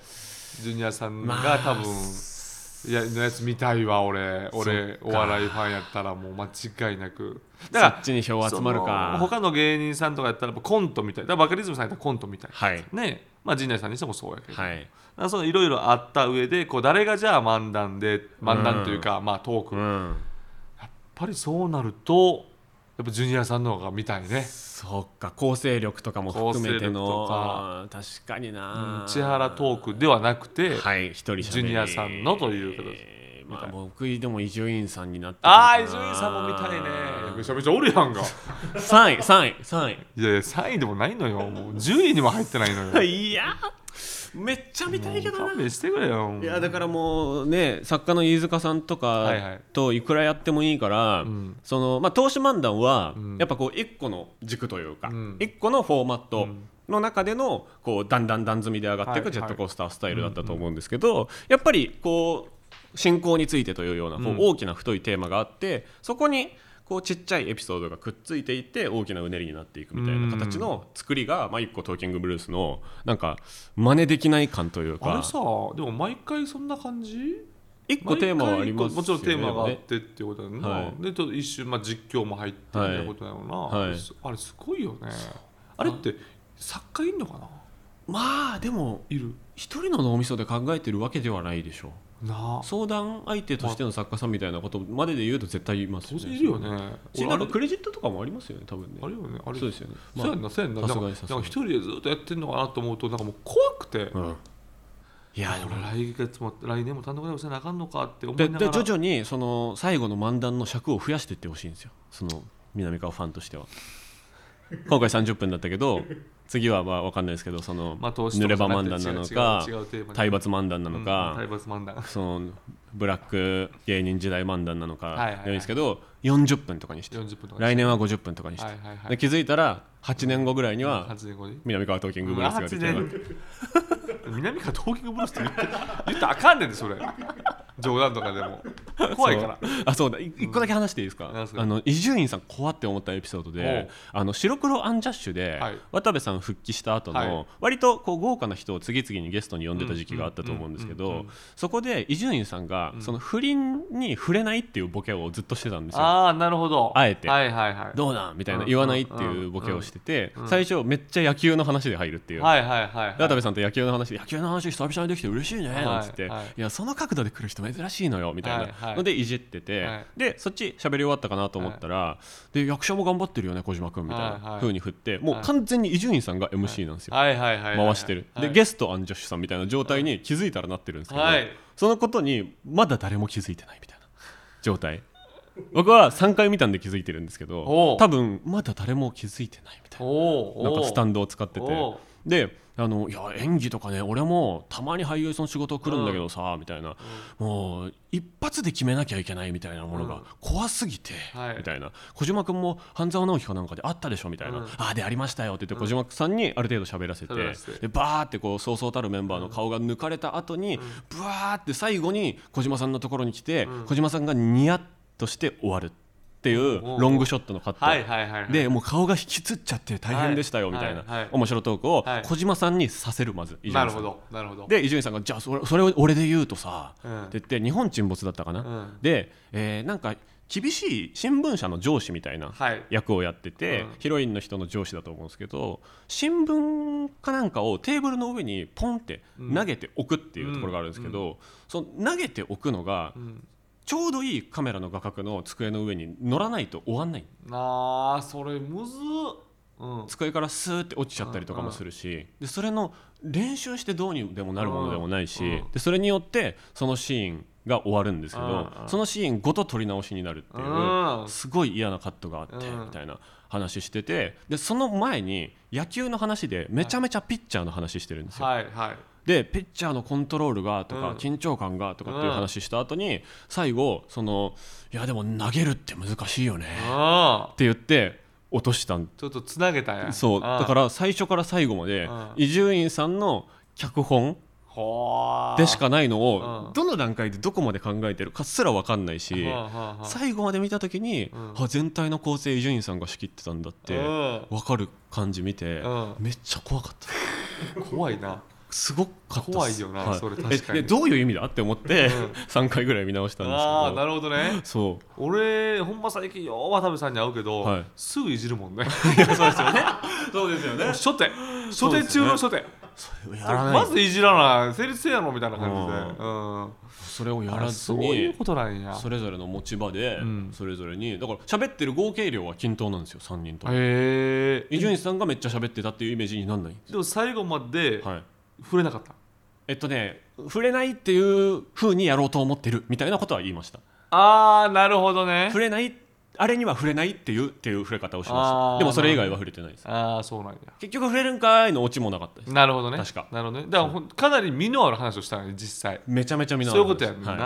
Speaker 3: ジュニアさんが多分、いやのやつ見たいわ俺俺お笑いファンやったらもう間違いなくだ
Speaker 2: そ
Speaker 3: か
Speaker 2: っちに票
Speaker 3: ら
Speaker 2: 集まる
Speaker 3: その
Speaker 2: か
Speaker 3: 他の芸人さんとかやったらやっぱコントみたいだからバカリズムさんやったらコントみたい
Speaker 2: はい
Speaker 3: ねまあ陣内さんにしてもそうやけど、
Speaker 2: はい
Speaker 3: だからそのいろいろあった上でこう誰がじゃあ漫談で漫談というか、まあトーク、
Speaker 2: う
Speaker 3: やっ
Speaker 2: ん
Speaker 3: ぱりそうなるとやっぱジュニアさんの方が見たいね
Speaker 2: そっか構成力とかも含めての
Speaker 3: 構成力とか
Speaker 2: あー確かにな
Speaker 3: 千原トークではなくて、
Speaker 2: はい、一人喋り
Speaker 3: ジュニアさんのということで
Speaker 2: えーまあ、僕でも伊集院さんになってくるかな
Speaker 3: ああ伊集院さんも見たいね
Speaker 2: うん
Speaker 3: めちゃめちゃおるやんが
Speaker 2: 3位3位3
Speaker 3: いやいや3位でもないのよもう10位にも入ってないの よ
Speaker 2: 位いやめっちゃ見たいけど
Speaker 3: もう
Speaker 2: な
Speaker 3: 勘弁してくれよもう
Speaker 2: いやだからもうね作家の飯塚さんと
Speaker 3: はいは
Speaker 2: か
Speaker 3: い
Speaker 2: といくらやってもいいから、
Speaker 3: ん
Speaker 2: そのまあ、投資漫談は
Speaker 3: ん
Speaker 2: やっぱこう一個の軸というか、
Speaker 3: うん
Speaker 2: 一個のフォーマットの中でのこうだんだん段積みで上がってい
Speaker 3: は
Speaker 2: く
Speaker 3: い
Speaker 2: ジェットコースタースタイルだったと思うんですけど、やっぱりこう進行についてというようなこう
Speaker 3: うん
Speaker 2: 大きな太いテーマがあってそこにこうちっちゃいエピソードがくっついていて大きなうねりになっていくみたいな形の作りが、まあ、一個「トーキングブルース」のなんか真似できない感というか。
Speaker 3: あれさでも毎回そんな感じ
Speaker 2: 一個テーマはありますよね
Speaker 3: 毎回一個もちろんテーマがあ
Speaker 2: で
Speaker 3: っ
Speaker 2: もね
Speaker 3: てってことやんな、
Speaker 2: はい
Speaker 3: でちょっと一瞬、まあ、実況も入ってみたいなことやろうな、
Speaker 2: はいはい
Speaker 3: あれすごいよねあれって作家いんのかな
Speaker 2: まあでも
Speaker 3: いる
Speaker 2: 一人の脳みそで考えてるわけではないでしょ
Speaker 3: なあ
Speaker 2: う相談相手としての作家さんみたいなことまでで言うと絶対います
Speaker 3: 当
Speaker 2: よ
Speaker 3: 然
Speaker 2: ね
Speaker 3: いるよね
Speaker 2: し
Speaker 3: 俺
Speaker 2: な
Speaker 3: あ
Speaker 2: ん
Speaker 3: れ
Speaker 2: かクレジットとかもありますよね多分ね
Speaker 3: あれよねあれ
Speaker 2: そうですよね
Speaker 3: そうやんなそうやんな
Speaker 2: さす
Speaker 3: な
Speaker 2: が
Speaker 3: ん
Speaker 2: に
Speaker 3: か
Speaker 2: さす
Speaker 3: な
Speaker 2: が
Speaker 3: ん
Speaker 2: に
Speaker 3: か一人でずっとやってんのかなと思うとなんかもう怖くて、
Speaker 2: うんいやでも
Speaker 3: 俺来月も来年も単独ライブせなあかんのかって思
Speaker 2: で
Speaker 3: いなが
Speaker 2: で
Speaker 3: ら
Speaker 2: 徐々にその最後の漫談の尺を増やしていってほしいんですよその南川ファンとしては今回30分だったけど 次はまあ分かんないですけどその、
Speaker 3: まあ投資と
Speaker 2: 濡
Speaker 3: か
Speaker 2: れ場漫談なのか
Speaker 3: 違う違う違うテーマに
Speaker 2: 体罰漫談な
Speaker 3: う
Speaker 2: の
Speaker 3: ん
Speaker 2: か、
Speaker 3: 体罰漫談
Speaker 2: そのブラック芸人時代漫談なの
Speaker 3: はいはい
Speaker 2: か
Speaker 3: はい
Speaker 2: でもいいですけど40分とかにして
Speaker 3: 40分とか
Speaker 2: 来年は50分とかにして
Speaker 3: はいはいはい
Speaker 2: で気づいたら8年後ぐらいには
Speaker 3: 8年後に
Speaker 2: 南川トーキングブルースが出て
Speaker 3: うわ
Speaker 2: る
Speaker 3: 8年南川トーキングブルースって言って言ったらあかんねんでそれ冗談とかでも怖いから
Speaker 2: そうあそうだい一個だけ話していいですか
Speaker 3: うん何ですか
Speaker 2: あの伊集院さん怖って思ったエピソードであの白黒アンジャッシュで
Speaker 3: はい
Speaker 2: 渡部さん復帰した後
Speaker 3: はい
Speaker 2: の割とこう豪華な人を次々にゲストに呼んでた時期があったと思うんですけ
Speaker 3: うんうんう
Speaker 2: ど
Speaker 3: ん
Speaker 2: そこで伊集院さんがその不倫に触れないっていうボケをずっとしてたんですよ。
Speaker 3: ああなるほど
Speaker 2: あえて
Speaker 3: はいはいはい
Speaker 2: どうなんみたいな
Speaker 3: うん
Speaker 2: 言わないっていうボケをしてて
Speaker 3: うん
Speaker 2: 最初めっちゃ野球の話で入るっていう。
Speaker 3: はいはいはい
Speaker 2: 渡部さんと野球の話で野球の話久々にできて嬉しいね
Speaker 3: はい
Speaker 2: なんつって、
Speaker 3: はい
Speaker 2: い、やその角度で来る人珍しいのよみたい
Speaker 3: はいは
Speaker 2: ないのでいじってて、
Speaker 3: はい
Speaker 2: でそっち喋り終わったかなと思ったら、で役者も頑張ってるよね小島君みたい
Speaker 3: はいは
Speaker 2: ない風に振ってもう完全に伊集院さんが MC なんですよ、
Speaker 3: はいはいはいはい
Speaker 2: 回してる、
Speaker 3: はい
Speaker 2: でゲストアンジャッシュさんみたいな状態に気づいたらなってるんですけど、
Speaker 3: はい
Speaker 2: そのことにまだ誰も気づいてないみたいな状態僕は3回見たんで気づいてるんですけ
Speaker 3: お
Speaker 2: ど
Speaker 3: う
Speaker 2: 多分まだ誰も気づいてないみたいな
Speaker 3: おー
Speaker 2: なん
Speaker 3: お
Speaker 2: かスタンド
Speaker 3: ド
Speaker 2: を使ってて
Speaker 3: おう
Speaker 2: であのいや演技とかね俺もたまに俳優さんの仕事来るんだけどさ、みたいな、もう一発で決めなきゃいけないみたいなもの
Speaker 3: うん
Speaker 2: が怖すぎて、
Speaker 3: はい
Speaker 2: みたいな小島君も「半沢直樹」かなんかであったでしょみたいな「
Speaker 3: うん
Speaker 2: ああでありましたよ」って言って小島さんにある程度喋らせて
Speaker 3: 喋らせて
Speaker 2: でバーってこうそうそうたるメンバーの顔が抜かれた後に、ブワーって最後に小島さんのところに来て、小島さんがニヤッとして終わるっていう
Speaker 3: おう
Speaker 2: ロングショットのカット。
Speaker 3: はいはいはいはい
Speaker 2: でもう顔が引きつっちゃって大変でしたよ
Speaker 3: はい
Speaker 2: みたいな、
Speaker 3: はいはい
Speaker 2: 面白トークを
Speaker 3: はい
Speaker 2: 小島さんにさせるまず伊集
Speaker 3: な
Speaker 2: 院
Speaker 3: る
Speaker 2: さ
Speaker 3: ほ
Speaker 2: ん
Speaker 3: どなるほど
Speaker 2: で伊集院さんが「じゃあそれそれを俺で言うとさ」
Speaker 3: うん
Speaker 2: って言って日本沈没だったかな、
Speaker 3: うん
Speaker 2: で、えーなんか厳しい新聞社の上司みたいな
Speaker 3: はい
Speaker 2: 役をやってて、
Speaker 3: うん
Speaker 2: ヒロインの人の上司だと思うんですけど新聞かなんかをテーブルの上にポンって投げておくっていうところがあるんですけど、その投げておくのが
Speaker 3: うん
Speaker 2: ちょうどいいカメラの画角の机の上に乗らないと終わんない
Speaker 3: あーそれむずっうん
Speaker 2: 机からスーって落ちちゃったりとかもするしでそれの練習してどうにでもなるものでもない
Speaker 3: うんう
Speaker 2: し
Speaker 3: ん
Speaker 2: でそれによってそのシーンが終わるんですけど
Speaker 3: うんうん
Speaker 2: そのシーンごと撮り直しになるって
Speaker 3: う
Speaker 2: いうんすごい嫌なカットがあって
Speaker 3: うん
Speaker 2: みたいな話しててでその前に野球の話でめちゃめちゃピッチャーの話してるんですよ。
Speaker 3: はいはい
Speaker 2: でピッチャーのコントロールがとか、
Speaker 3: うん
Speaker 2: 緊張感がとかっていう話した後に最後そのいやでも投げるって難しいよねっ
Speaker 3: あ
Speaker 2: て言って落としたん
Speaker 3: ちょっとつなげたんや
Speaker 2: そう
Speaker 3: あー
Speaker 2: だから最初から最後まで
Speaker 3: うん
Speaker 2: 伊集院さんの脚本
Speaker 3: ほー
Speaker 2: でしかないの
Speaker 3: う
Speaker 2: を
Speaker 3: ん
Speaker 2: どの段階でどこまで考えてるかすら分かんないし
Speaker 3: はあはあはあ
Speaker 2: 最後まで見た時に
Speaker 3: うん
Speaker 2: あ全体の構成伊集院さんが仕切ってたんだって
Speaker 3: うん
Speaker 2: 分かる感じ見て
Speaker 3: うん
Speaker 2: めっちゃ怖かった
Speaker 3: 怖いな
Speaker 2: すごかったっす
Speaker 3: 怖いよな
Speaker 2: は
Speaker 3: それ確かに
Speaker 2: えでどういう意味だって思って
Speaker 3: うん
Speaker 2: 3回ぐらい見直したんです
Speaker 3: ああ
Speaker 2: け
Speaker 3: な
Speaker 2: ど
Speaker 3: るほどね
Speaker 2: そう
Speaker 3: 俺ほんま最近よう渡部さんに会うけど、
Speaker 2: はい
Speaker 3: すぐいじるもんね そうですよね
Speaker 2: そうですよね
Speaker 3: 初手初
Speaker 2: そう
Speaker 3: 手
Speaker 2: です
Speaker 3: 中
Speaker 2: よね
Speaker 3: の初手、
Speaker 2: やらない
Speaker 3: まずいじらない成立せやろみたいな感じで、うん
Speaker 2: それをや
Speaker 3: あ
Speaker 2: らず
Speaker 3: そう
Speaker 2: に
Speaker 3: いうことなんや
Speaker 2: それぞれの持ち場で
Speaker 3: ん
Speaker 2: それぞれにだから喋ってる合計量は均等なんですよ3人とも
Speaker 3: へ
Speaker 2: 伊
Speaker 3: え
Speaker 2: 集院さんがめっちゃ喋ってたっていうイメージになんない
Speaker 3: でも最後まで
Speaker 2: はい
Speaker 3: 触れなかった、
Speaker 2: えっとね触れないっていう風にやろうと思ってるみたいなことは言いました
Speaker 3: ああなるほどね
Speaker 2: 触れないあれには触れないっていうっていう触れ方をし
Speaker 3: あ
Speaker 2: まし
Speaker 3: ー
Speaker 2: たでもそれ以外は触れてないです
Speaker 3: ああそうなんや
Speaker 2: 結局触れるんかいのオチもなかったです
Speaker 3: なるほどね
Speaker 2: 確か
Speaker 3: なるほどねだからほんかなり身のある話をしたのね実際
Speaker 2: めちゃめちゃ見な
Speaker 3: そういうことやもんな、
Speaker 2: はい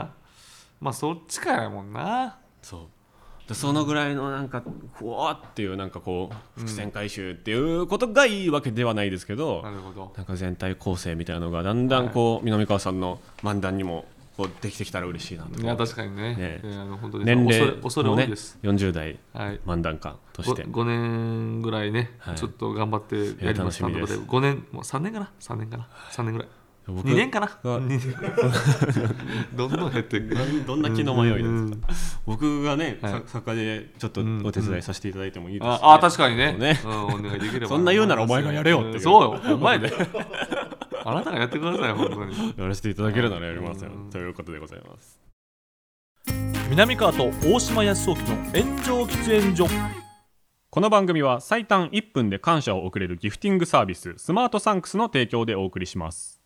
Speaker 3: まあそっちからやもんな
Speaker 2: そうでそのぐらいのなんかふわーっていうなんかこう伏線回収っていうことがいいわけではないですけど、
Speaker 3: なるほど
Speaker 2: なんか全体構成みたいなのがだんだんこう、南川さんの漫談にもこうできてきたら嬉しいなと
Speaker 3: いや確かにね
Speaker 2: ね
Speaker 3: いやあの本当に
Speaker 2: 年齢
Speaker 3: 恐れ恐れ
Speaker 2: も
Speaker 3: 多い
Speaker 2: ね
Speaker 3: です、
Speaker 2: 40代
Speaker 3: はい
Speaker 2: 漫談家として
Speaker 3: 5, 年ぐらいね、
Speaker 2: はい
Speaker 3: ちょっと頑張ってやりました
Speaker 2: いや楽しみです
Speaker 3: 5年もう3年かな3年かな3年ぐらい
Speaker 2: 僕
Speaker 3: 2年かな
Speaker 2: が
Speaker 3: 二年どんどん減っていく
Speaker 2: どんな気の迷いですか、
Speaker 3: うん
Speaker 2: 僕がね、
Speaker 3: はい
Speaker 2: さ作家でちょっとお手伝いさせていただいてもいいですしね
Speaker 3: ああ確かにね
Speaker 2: そうね
Speaker 3: うん、お願いできれば
Speaker 2: そんな言うならお前がやれよっていうん
Speaker 3: そう よお前であなたがやってください本当に
Speaker 2: やらせていただけるならやりますよということでございます
Speaker 4: 南川と大島康雄の炎上喫煙所
Speaker 2: この番組は最短1分で感謝を送れるギフティングサービススマートサンクスの提供でお送りします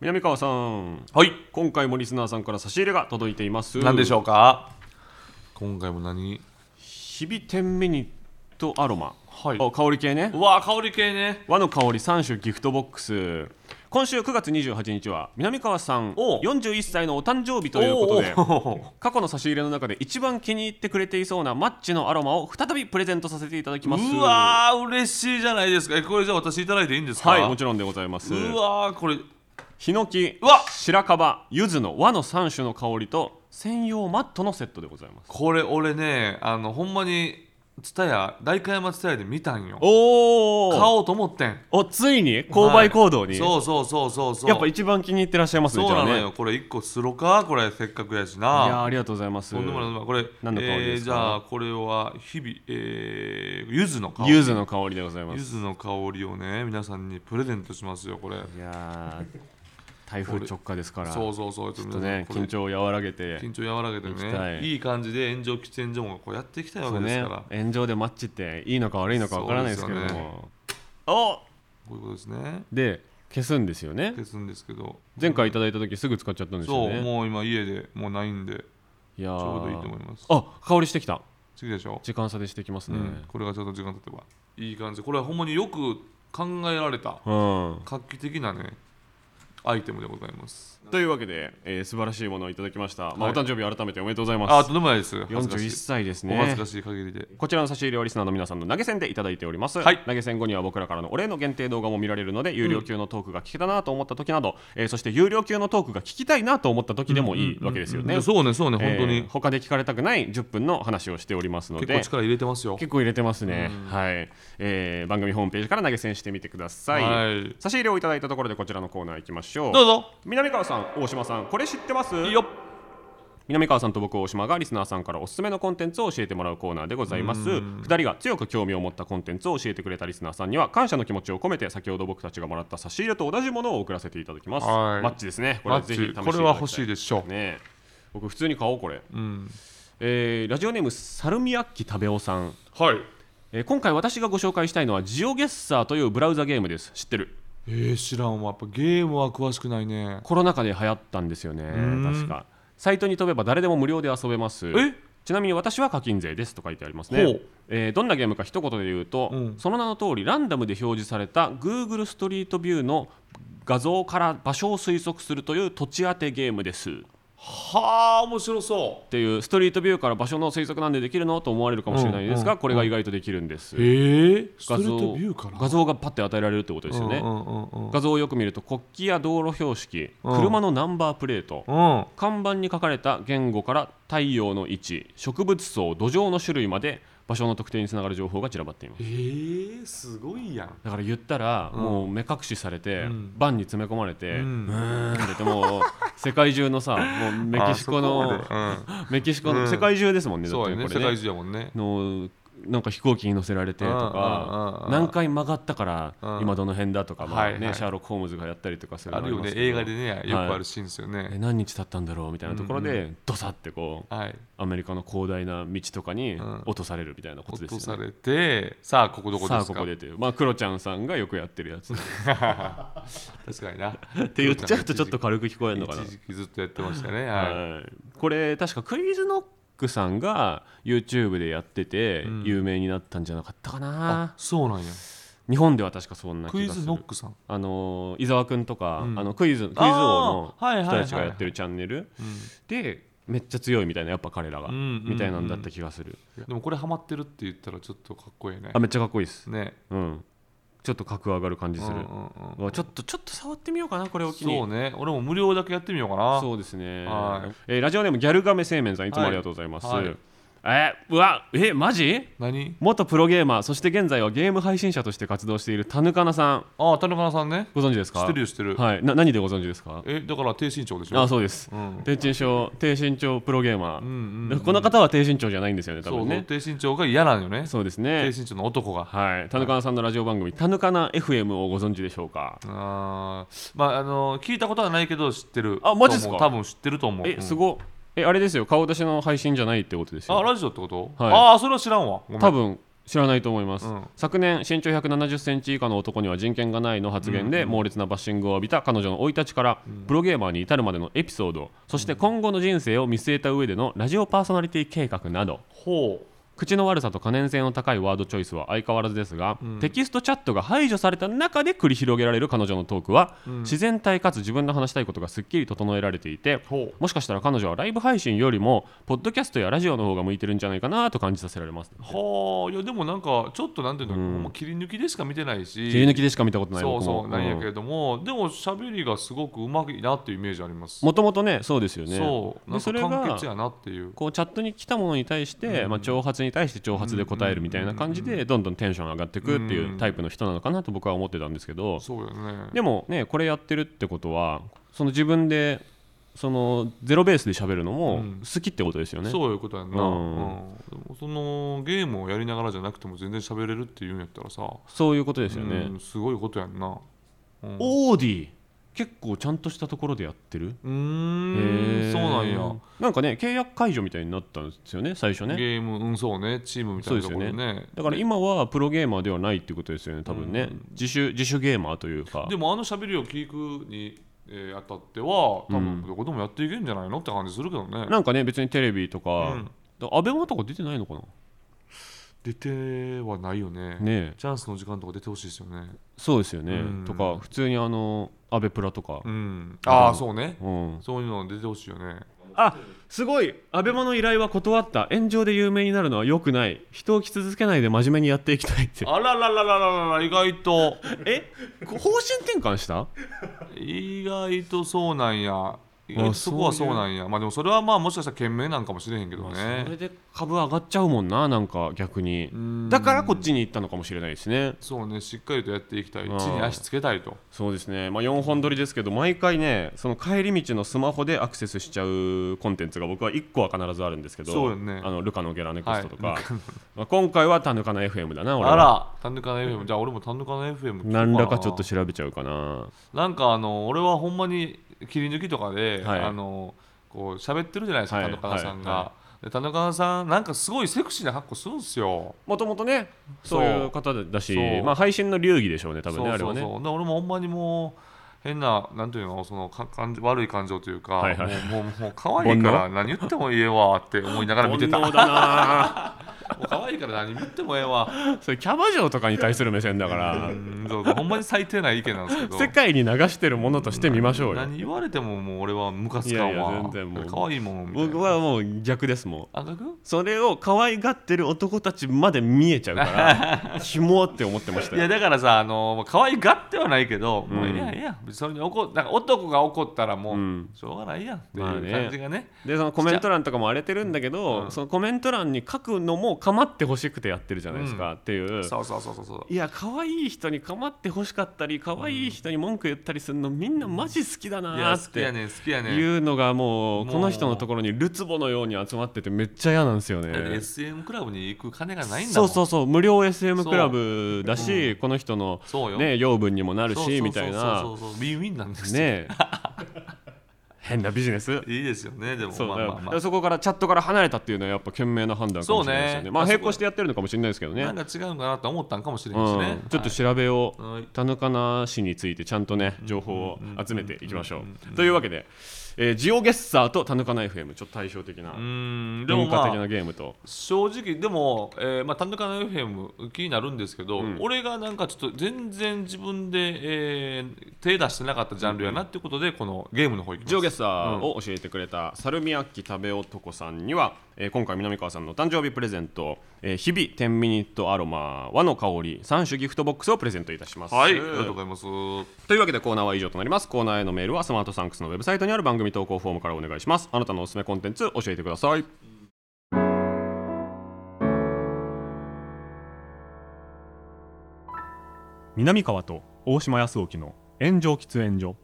Speaker 2: 南川さん
Speaker 3: はい
Speaker 2: 今回もリスナーさんから差し入れが届いています
Speaker 3: 何でしょ
Speaker 2: う
Speaker 3: うか今回も何
Speaker 2: 日々天ミニとアロマ、
Speaker 3: はい
Speaker 2: お香り系ね
Speaker 3: うわ香り系ね
Speaker 2: 和の香り3種ギフトボックス今週9月28日は南川さん
Speaker 3: おう
Speaker 2: 41歳のお誕生日ということで
Speaker 3: おーおー
Speaker 2: 過去の差し入れの中で一番気に入ってくれていそうなマッチのアロマを再びプレゼントさせていただきます
Speaker 3: うわー嬉しいじゃないですかえこれじゃあ私いただいていいんですか
Speaker 2: はいもちろんでございます
Speaker 3: うわーこれ
Speaker 2: ヒノキ
Speaker 3: うわ
Speaker 2: 白樺柚子の和の3種の香りと専用マットのセットでございます
Speaker 3: これ俺ねあのほんまに蔦屋代官山蔦屋で見たんよ
Speaker 2: お
Speaker 3: 買おうと思ってん
Speaker 2: おついに購買行動に、
Speaker 3: そうそうそうそうそう
Speaker 2: やっぱ一番気に入ってらっしゃいますね
Speaker 3: そうなの
Speaker 2: じゃあ
Speaker 3: よ
Speaker 2: ね
Speaker 3: これ一個すろかこれせっかくやしない
Speaker 2: やーありがとうございます
Speaker 3: とんでもないとんでもないこれ
Speaker 2: 何の香りですか
Speaker 3: えーじゃあこれは日々えー柚子の香り
Speaker 2: 柚子の香りでございま
Speaker 3: 柚
Speaker 2: す
Speaker 3: 子の香りをね皆さんにプレゼントしますよこれ
Speaker 2: いやー台風直下ですから
Speaker 3: そうそうそうちょ
Speaker 2: ちょっとね緊張を和らげて
Speaker 3: 緊張和らげて
Speaker 2: きた
Speaker 3: ね
Speaker 2: い
Speaker 3: いい感じで炎上喫煙所もこうやっていきたいわ
Speaker 2: そ
Speaker 3: け
Speaker 2: う
Speaker 3: です
Speaker 2: ね
Speaker 3: から
Speaker 2: 炎上でマッチっていいのか悪いのかわからないですけど
Speaker 3: そうですよ
Speaker 2: もお
Speaker 3: こういうことですね
Speaker 2: で消すんですよね
Speaker 3: 消すんですけど
Speaker 2: 前回いただいた時すぐ使っちゃったんです
Speaker 3: そ
Speaker 2: よ
Speaker 3: う
Speaker 2: ね
Speaker 3: もう今家でもうないんで
Speaker 2: いや
Speaker 3: ちょうどいいと
Speaker 2: ー
Speaker 3: 思います
Speaker 2: あ香りしてきた
Speaker 3: 次でしょ
Speaker 2: 時間差でしてきます
Speaker 3: う
Speaker 2: ね
Speaker 3: んこれがちょっと時間経てばいい感じこれはほんまによく考えられた
Speaker 2: うん
Speaker 3: 画期的なねアイテムでございます
Speaker 2: というわけでえー素晴らしいものをいただきましたまあ
Speaker 3: は
Speaker 2: お
Speaker 3: い
Speaker 2: 誕生日改めておめでとうござい
Speaker 3: あ
Speaker 2: ま
Speaker 3: と
Speaker 2: す
Speaker 3: んでもないです恥ずかしい
Speaker 2: 41歳です
Speaker 3: お恥
Speaker 2: ね
Speaker 3: ずかしい限りで
Speaker 2: こちらの差し入れはリスナーの皆さんの投げ銭でいただいております、
Speaker 3: はい
Speaker 2: 投げ銭後には僕らからのお礼の限定動画も見られるので有料級のトークが聞けたなと思った時など、えーそして有料級のトークが聞きたいなと思った時でもいいわけですよね、
Speaker 3: いやそうねそうね
Speaker 2: えー
Speaker 3: 本当に
Speaker 2: 他で聞かれたくない10分の話をしておりますので
Speaker 3: 結構力入れてますよ
Speaker 2: 結構入れてますね、はいえー番組ホームページから投げ銭してみてください、
Speaker 3: はい
Speaker 2: 差し入れをいただいたところでこちらのコーナー行きましょう
Speaker 3: どうぞ
Speaker 2: 南川さん大島さんこれ知ってます
Speaker 3: いいよ
Speaker 2: 南川さんと僕大島がリスナーさんからおすすめのコンテンツを教えてもらうコーナーでございます2人が強く興味を持ったコンテンツを教えてくれたリスナーさんには感謝の気持ちを込めて先ほど僕たちがもらった差し入れと同じものを送らせていただきます
Speaker 3: はい
Speaker 2: マッチですねこ
Speaker 3: マ
Speaker 2: れ
Speaker 3: ッ
Speaker 2: ぜひ試して
Speaker 3: チ
Speaker 2: いただきたい
Speaker 3: これは欲しいでしょ
Speaker 2: ね
Speaker 3: う、
Speaker 2: え僕普通に買おうこれ、
Speaker 3: うん、
Speaker 2: えーラジオネームサルミアッキ食べおさん、
Speaker 3: はい
Speaker 2: えー今回私がご紹介したいのはジオゲッサーというブラウザゲームです知ってる
Speaker 3: えー、知らんわやっぱゲームは詳しくないね
Speaker 2: コロナ禍で流行ったんですよね
Speaker 3: ん
Speaker 2: 確かサイトに飛べば誰でも無料で遊べます
Speaker 3: え
Speaker 2: ちなみに私は課金税ですと書いてあります
Speaker 3: ほ
Speaker 2: ね
Speaker 3: う、
Speaker 2: えーどんなゲームか一言で言うと、
Speaker 3: うん
Speaker 2: その名の通りランダムで表示された Google ストリートビューの画像から場所を推測するという土地当てゲームです
Speaker 3: はあ面白そ
Speaker 2: っていうストリートビューから場所の推測なんでできるのと思われるかもしれないですが、
Speaker 3: うんうん
Speaker 2: これが意外とできるんです、
Speaker 3: うええスト
Speaker 2: 画
Speaker 3: レー
Speaker 2: 像
Speaker 3: トビューから
Speaker 2: 画像がパッて与えられるってことですよね、
Speaker 3: うんうんうんうん
Speaker 2: 画像をよく見ると国旗や道路標識、
Speaker 3: うん
Speaker 2: 車のナンバープレート、
Speaker 3: うん
Speaker 2: 看板に書かれた言語から太陽の位置植物層土壌の種類まで場所の特定につながる情報が散らばっています
Speaker 3: えー、すごいやん
Speaker 2: だから言ったら、
Speaker 3: うん
Speaker 2: もう目隠しされて、
Speaker 3: うん
Speaker 2: バンに詰め込まれて、
Speaker 3: う
Speaker 2: うんん、ーんって言ってもう世界中のさもうメキシコの
Speaker 3: あそこまで
Speaker 2: メキシコの、
Speaker 3: うん
Speaker 2: 世界中ですもん
Speaker 3: う
Speaker 2: ね
Speaker 3: ん
Speaker 2: だっ
Speaker 3: そう
Speaker 2: て
Speaker 3: や
Speaker 2: こ
Speaker 3: ね
Speaker 2: れ
Speaker 3: 世
Speaker 2: ね
Speaker 3: 界中やもんね
Speaker 2: のなんか飛行機に乗せられてと
Speaker 3: うんうんうん
Speaker 2: か
Speaker 3: うん
Speaker 2: 何回曲がったから
Speaker 3: うん
Speaker 2: 今どの辺だとか、まあ
Speaker 3: はい
Speaker 2: ね
Speaker 3: はい
Speaker 2: シャーロック・ホームズがやったりとかする
Speaker 3: あ
Speaker 2: の
Speaker 3: るよ
Speaker 2: りま
Speaker 3: ね
Speaker 2: すけど
Speaker 3: 映画でねよくあ
Speaker 2: は
Speaker 3: る
Speaker 2: い
Speaker 3: シーンですよね
Speaker 2: え何日経ったんだろうみたいなところ
Speaker 3: うん
Speaker 2: で、ドサってこう
Speaker 3: はい
Speaker 2: アメリカの広大な道とかに
Speaker 3: ん
Speaker 2: 落とされるみたいなことで
Speaker 3: 落
Speaker 2: す
Speaker 3: と
Speaker 2: よ
Speaker 3: さ
Speaker 2: ね。
Speaker 3: れてさあここどこで
Speaker 2: さ
Speaker 3: すか
Speaker 2: あここでっていうまあクロちゃんさんがよくやってるや つっ
Speaker 3: 確かになって
Speaker 2: 言っちゃうとちょっと軽く聞こえるのかな
Speaker 3: 一時期ずっとやってましたねはい
Speaker 2: はいこれ確かクイズのクさんが YouTube でやってて
Speaker 3: うん
Speaker 2: 有名になったんじゃなかったか
Speaker 3: あ
Speaker 2: な、
Speaker 3: そうなんや
Speaker 2: 日本では確かそんな
Speaker 3: ク
Speaker 2: 気
Speaker 3: イ
Speaker 2: がす
Speaker 3: ズ
Speaker 2: る
Speaker 3: ノックさん
Speaker 2: あの伊沢君とか、
Speaker 3: うん
Speaker 2: あのクイズクイズ王の
Speaker 3: あーはいはい
Speaker 2: 人
Speaker 3: はいはい
Speaker 2: たちがやってるチャンネルでめっちゃ強いみたいなやっぱ彼らが、
Speaker 3: うんうんうん
Speaker 2: みたいなんだった気がする
Speaker 3: でもこれハマってるって言ったらちょっとかっこいいね
Speaker 2: あめっちゃかっこいいです、
Speaker 3: ね
Speaker 2: うん、ちょっと格上がる感じする、
Speaker 3: うんうんうん
Speaker 2: うわちょっとちょっと触ってみようかなこれを機に
Speaker 3: そうね俺も無料だけやってみようかな
Speaker 2: そうですね、
Speaker 3: はい
Speaker 2: えーラジオネームギャルガメ製麺さんいつもありがとうございます、
Speaker 3: はいはい
Speaker 2: えーうわえマジ
Speaker 3: 何
Speaker 2: 元プロゲーマーそして現在はゲーム配信者として活動しているたぬかなさん
Speaker 3: ああ田中さんね
Speaker 2: ご存知ですか
Speaker 3: 知ってるよ知ってる
Speaker 2: はいな何でご存知ですか
Speaker 3: えだから低身長でしょ
Speaker 2: あそうです、
Speaker 3: うん
Speaker 2: 低身長低身長プロゲーマー、
Speaker 3: ん
Speaker 2: でこの方は低身長じゃないんですよね多
Speaker 3: そう
Speaker 2: 分
Speaker 3: そう
Speaker 2: ね
Speaker 3: 低身長が嫌なのよね
Speaker 2: そうです
Speaker 3: 低
Speaker 2: ね
Speaker 3: 身長の男が
Speaker 2: はいたぬかなさんのラジオ番組「たぬかな FM」をご存知でしょうか
Speaker 3: あーまああの聞いたことはないけど知ってる
Speaker 2: あマジっすか
Speaker 3: と思う多分知ってると思う
Speaker 2: えす
Speaker 3: い
Speaker 2: ごっえあれですよ顔出しの配信じゃないってことですよ
Speaker 3: あラジオってこと
Speaker 2: はい
Speaker 3: ああそれは知らんわごめん
Speaker 2: 多分知らないと思います、
Speaker 3: うん
Speaker 2: 昨年身長1 7 0ンチ以下の男には人権がないの発言で猛烈なバッシングを浴びた彼女の生い立ちからプロゲーマーに至るまでのエピソードそして今後の人生を見据えた上でのラジオパーソナリティ計画など
Speaker 3: ほ
Speaker 2: 口の悪さと可燃性の高いワードチョイスは相変わらずですが、テキストチャットが排除された中で繰り広げられる彼女のトークは、自然体かつ自分の話したいことがすっきり整えられていて
Speaker 3: ほう
Speaker 2: もしかしたら彼女はライブ配信よりもポッドキャストやラジオの方が向いてるんじゃないかなと感じさせられます
Speaker 3: うはあいやでもなんかちょっとなんていうの、もう切り抜きでしか見てないし
Speaker 2: 切り抜きでしか見たことない
Speaker 3: そうそうなんやけ
Speaker 2: ど
Speaker 3: れども、でも喋りがすごくうまいなっていうイメージあります、
Speaker 2: もともとねそうですよね
Speaker 3: そうなん
Speaker 2: でそれ
Speaker 3: か完
Speaker 2: が
Speaker 3: 結やなっていう
Speaker 2: こうチャットに来たものに対して、まあ、挑発に対して挑発で答えるみたいな感じでどんどんテンション上がっていくっていうタイプの人なのかなと僕は思ってたんですけど
Speaker 3: そうよね
Speaker 2: でもねこれやってるってことはその自分でそのゼロベースで喋るのも
Speaker 3: うん
Speaker 2: 好きってことですよね、
Speaker 3: そういうことやんな、う
Speaker 2: うんん
Speaker 3: でもそのゲームをやりながらじゃなくても全然喋れるっていうんやったらさ、
Speaker 2: そういうことです
Speaker 3: う
Speaker 2: よね、
Speaker 3: ん、すごいことやんなうん
Speaker 2: オーディ結構ちゃんとしたところでやってる
Speaker 3: うーんそうなんや
Speaker 2: なんかね契約解除みたいになったんですよね最初ね
Speaker 3: ゲームうんそうねチームみたいなところ
Speaker 2: そうで
Speaker 3: ね
Speaker 2: だから今はプロゲーマーではないっていうことですよね、多分ね、自主自主ゲーマーというか
Speaker 3: で、もあの喋りを聞くに、えー、あたっては多分どこでもやっていけるんじゃないのって感じするけどね、
Speaker 2: なんかね、別にテレビとか、
Speaker 3: うん
Speaker 2: だからアベマとか出てないのかな、
Speaker 3: 出てはないよ
Speaker 2: ね
Speaker 3: ね
Speaker 2: え
Speaker 3: チャンスの時間とか出てほしいですよね
Speaker 2: そうですよね、
Speaker 3: うん
Speaker 2: とか、普通にあのアベプラとか、
Speaker 3: うんああそうね
Speaker 2: うん、
Speaker 3: そういうの出てほしいよね
Speaker 2: あすごい、アベマの依頼は断った、炎上で有名になるのはよくない、人を着続けないで真面目にやっていきたいって、
Speaker 3: あららららららら意外と
Speaker 2: え方針転換した
Speaker 3: 意外とそうなんや意外とそこは
Speaker 2: そ
Speaker 3: そう
Speaker 2: いう
Speaker 3: うなんやまあでもそれはまあもしかしたら懸命なんかもしれへんけど
Speaker 2: それ
Speaker 3: ね
Speaker 2: で株上がっちゃうもんな、なんか逆に
Speaker 3: ん。
Speaker 2: だからこっちに行ったのかもしれないですね。
Speaker 3: そうねしっかりとやっていきたい
Speaker 2: うん
Speaker 3: 地に足つけたいと
Speaker 2: そうですね、まあ、4本撮りですけど毎回ねその帰り道のスマホでアクセスしちゃうコンテンツが僕は1個は必ずあるんですけど
Speaker 3: そうよね
Speaker 2: あのルカのゲラネクストとか、
Speaker 3: はい
Speaker 2: まあ、今回はタヌカナ FM だな俺は
Speaker 3: あら単独な FM じゃあ俺も単独な FM 聞こうな
Speaker 2: 何らかちょっと調べちゃうかな
Speaker 3: なんかあの俺はほんまに切り抜きとかで、
Speaker 2: はい
Speaker 3: あのこう喋ってるじゃないですか、
Speaker 2: はい
Speaker 3: 田中さんが。
Speaker 2: はいは
Speaker 3: で田中さんなんかすごいセクシーな格好するんですよ。
Speaker 2: もともとねそういう方だし
Speaker 3: そう、
Speaker 2: まあ、配信の流儀でしょうね多分ねあれ
Speaker 3: そ
Speaker 2: は
Speaker 3: うそう
Speaker 2: ね
Speaker 3: そう。で俺もほんまにもう変ななんていうのそのか感じ悪い感情というか、
Speaker 2: はいはい
Speaker 3: もうもうもう可愛いから何言ってもいいわって思いながら見てた。も
Speaker 2: 煩悩
Speaker 3: う
Speaker 2: だな
Speaker 3: 可愛いから何言ってもええわ。
Speaker 2: それキャバ嬢とかに対する目線だから
Speaker 3: うんそうそうほんまに最低な意見なんですけど。
Speaker 2: 世界に流してるものとして見ましょうよ
Speaker 3: 何言われてももう俺はムカつかんわ。
Speaker 2: いやいや全然もう
Speaker 3: 可愛いものみたいな。
Speaker 2: 僕はもう逆ですもん
Speaker 3: あかく
Speaker 2: それを可愛がってる男たちまで見えちゃうから キモって思ってました
Speaker 3: いや
Speaker 2: よ
Speaker 3: だからさ、あのもう可愛がってはないけど、もういや
Speaker 2: うん
Speaker 3: いや、別にそれに怒っなんか男が怒ったらもう、
Speaker 2: うん
Speaker 3: しょうがないやんってい
Speaker 2: まあ
Speaker 3: う
Speaker 2: ね
Speaker 3: 感じがね。
Speaker 2: でそのコメント欄とかも荒れてるんだけど、
Speaker 3: うん
Speaker 2: そのコメント欄に書くのも構ってほしくてやってるじゃないですか、っていう
Speaker 3: そうそうそうそうそう。
Speaker 2: いや可愛い人に構ってほしかったり可愛い人に文句言ったりするのみんなマジ好きだ
Speaker 3: いや
Speaker 2: な
Speaker 3: 好
Speaker 2: っ
Speaker 3: きや
Speaker 2: て
Speaker 3: ねん好きやねん。
Speaker 2: いうのがもう
Speaker 3: もう
Speaker 2: この人のところにルツボのように集まっててめっちゃ嫌なんですよ
Speaker 3: だって
Speaker 2: ね。
Speaker 3: SM クラブに行く金がないんだ
Speaker 2: そ
Speaker 3: も。
Speaker 2: うんそうそう無料 SM クラブだし、この人の
Speaker 3: そうよ
Speaker 2: ね養分にもなる
Speaker 3: そうそうそう
Speaker 2: しみたいな
Speaker 3: そうそうそう。ウィンウィンなんですよ。
Speaker 2: ね え変なビジネス
Speaker 3: いいですよね、でも
Speaker 2: そう
Speaker 3: まあ
Speaker 2: だ
Speaker 3: まあ
Speaker 2: か
Speaker 3: ま
Speaker 2: ら
Speaker 3: あ。
Speaker 2: そこからチャットから離れたっていうのはやっぱ賢明な判断かもしれないですよ
Speaker 3: そう
Speaker 2: ね
Speaker 3: ね
Speaker 2: まあ
Speaker 3: あそこ
Speaker 2: 並行してやってるのかもしれないですけどね
Speaker 3: なんか違うんかなと思ったんかもしれんし
Speaker 2: うん
Speaker 3: ね。
Speaker 2: ちょっと調べよう、
Speaker 3: はい
Speaker 2: 田中氏についてちゃんとね情報を集めていきましょうというわけで、えージオゲッサーとタヌカナ FM ちょっと対照的な
Speaker 3: うーんでも
Speaker 2: 文
Speaker 3: ま
Speaker 2: 化的な
Speaker 3: あ
Speaker 2: ゲームと、
Speaker 3: 正直でも、えーまあ、単独の FM 気になるんですけど、
Speaker 2: うん
Speaker 3: 俺がなんかちょっと全然自分で、えー手出してなかったジャンルやなっていうことでこのゲームの方行きます
Speaker 2: ジオゲッサーを教えてくれたサルミアッキ食べ男さんには、えー今回南川さんのお誕生日プレゼント、えー日々10ミニットアロマ和の香り3種ギフトボックスをプレゼントいたします、
Speaker 3: はいありがとうございますは
Speaker 2: というわけでコーナーは以上となりますコーナーへのメールはスマートサンクスのウェブサイトにある番組投稿フォームからお願いしますあなたのおすすめコンテンツ教えてください南川と大島康沖の炎上喫煙所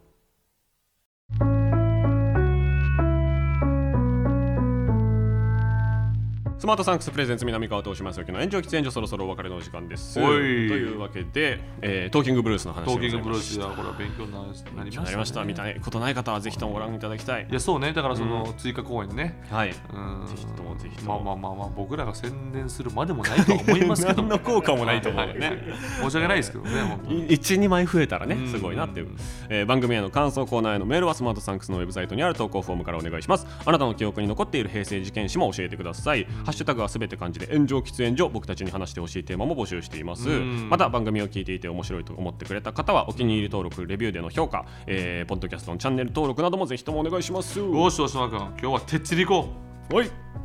Speaker 2: スマートサンクスプレゼンツ南川と大島康沖の炎上喫煙所そろそろお別れのお時間です
Speaker 3: おい
Speaker 2: というわけで、えートーキングブルースの話
Speaker 3: トーキングブルー
Speaker 2: ス
Speaker 3: スやこれは勉強になりました,、
Speaker 2: なりました見たいことない方はぜひともご覧いただきたい
Speaker 3: いやそうねだからその追加公演ね、
Speaker 2: はい
Speaker 3: うん
Speaker 2: ぜひともぜひと
Speaker 3: まあ
Speaker 2: も
Speaker 3: まあまあまあ僕らが宣伝するまでもないとは思いますけど
Speaker 4: 何の効果もないと思うよね
Speaker 3: はい申し訳ないですけどね本当に
Speaker 2: 12枚増えたらね
Speaker 3: うん
Speaker 2: すごいなっていう、えー番組への感想コーナーへのメールはスマートサンクスのウェブサイトにある投稿フォームからお願いしますあなたの記憶に残っている平成事件史も教えてください、ハッシュタグはすべて漢字で炎上喫煙所僕たちに話してほしいテーマも募集しています、
Speaker 3: うん
Speaker 2: また番組を聞いていて面白いと思ってくれた方はお気に入り登録レビューでの評価、えーポッドキャストのチャンネル登録などもぜひともお願いします
Speaker 3: よし大島君今日はてっちり行こう
Speaker 2: はい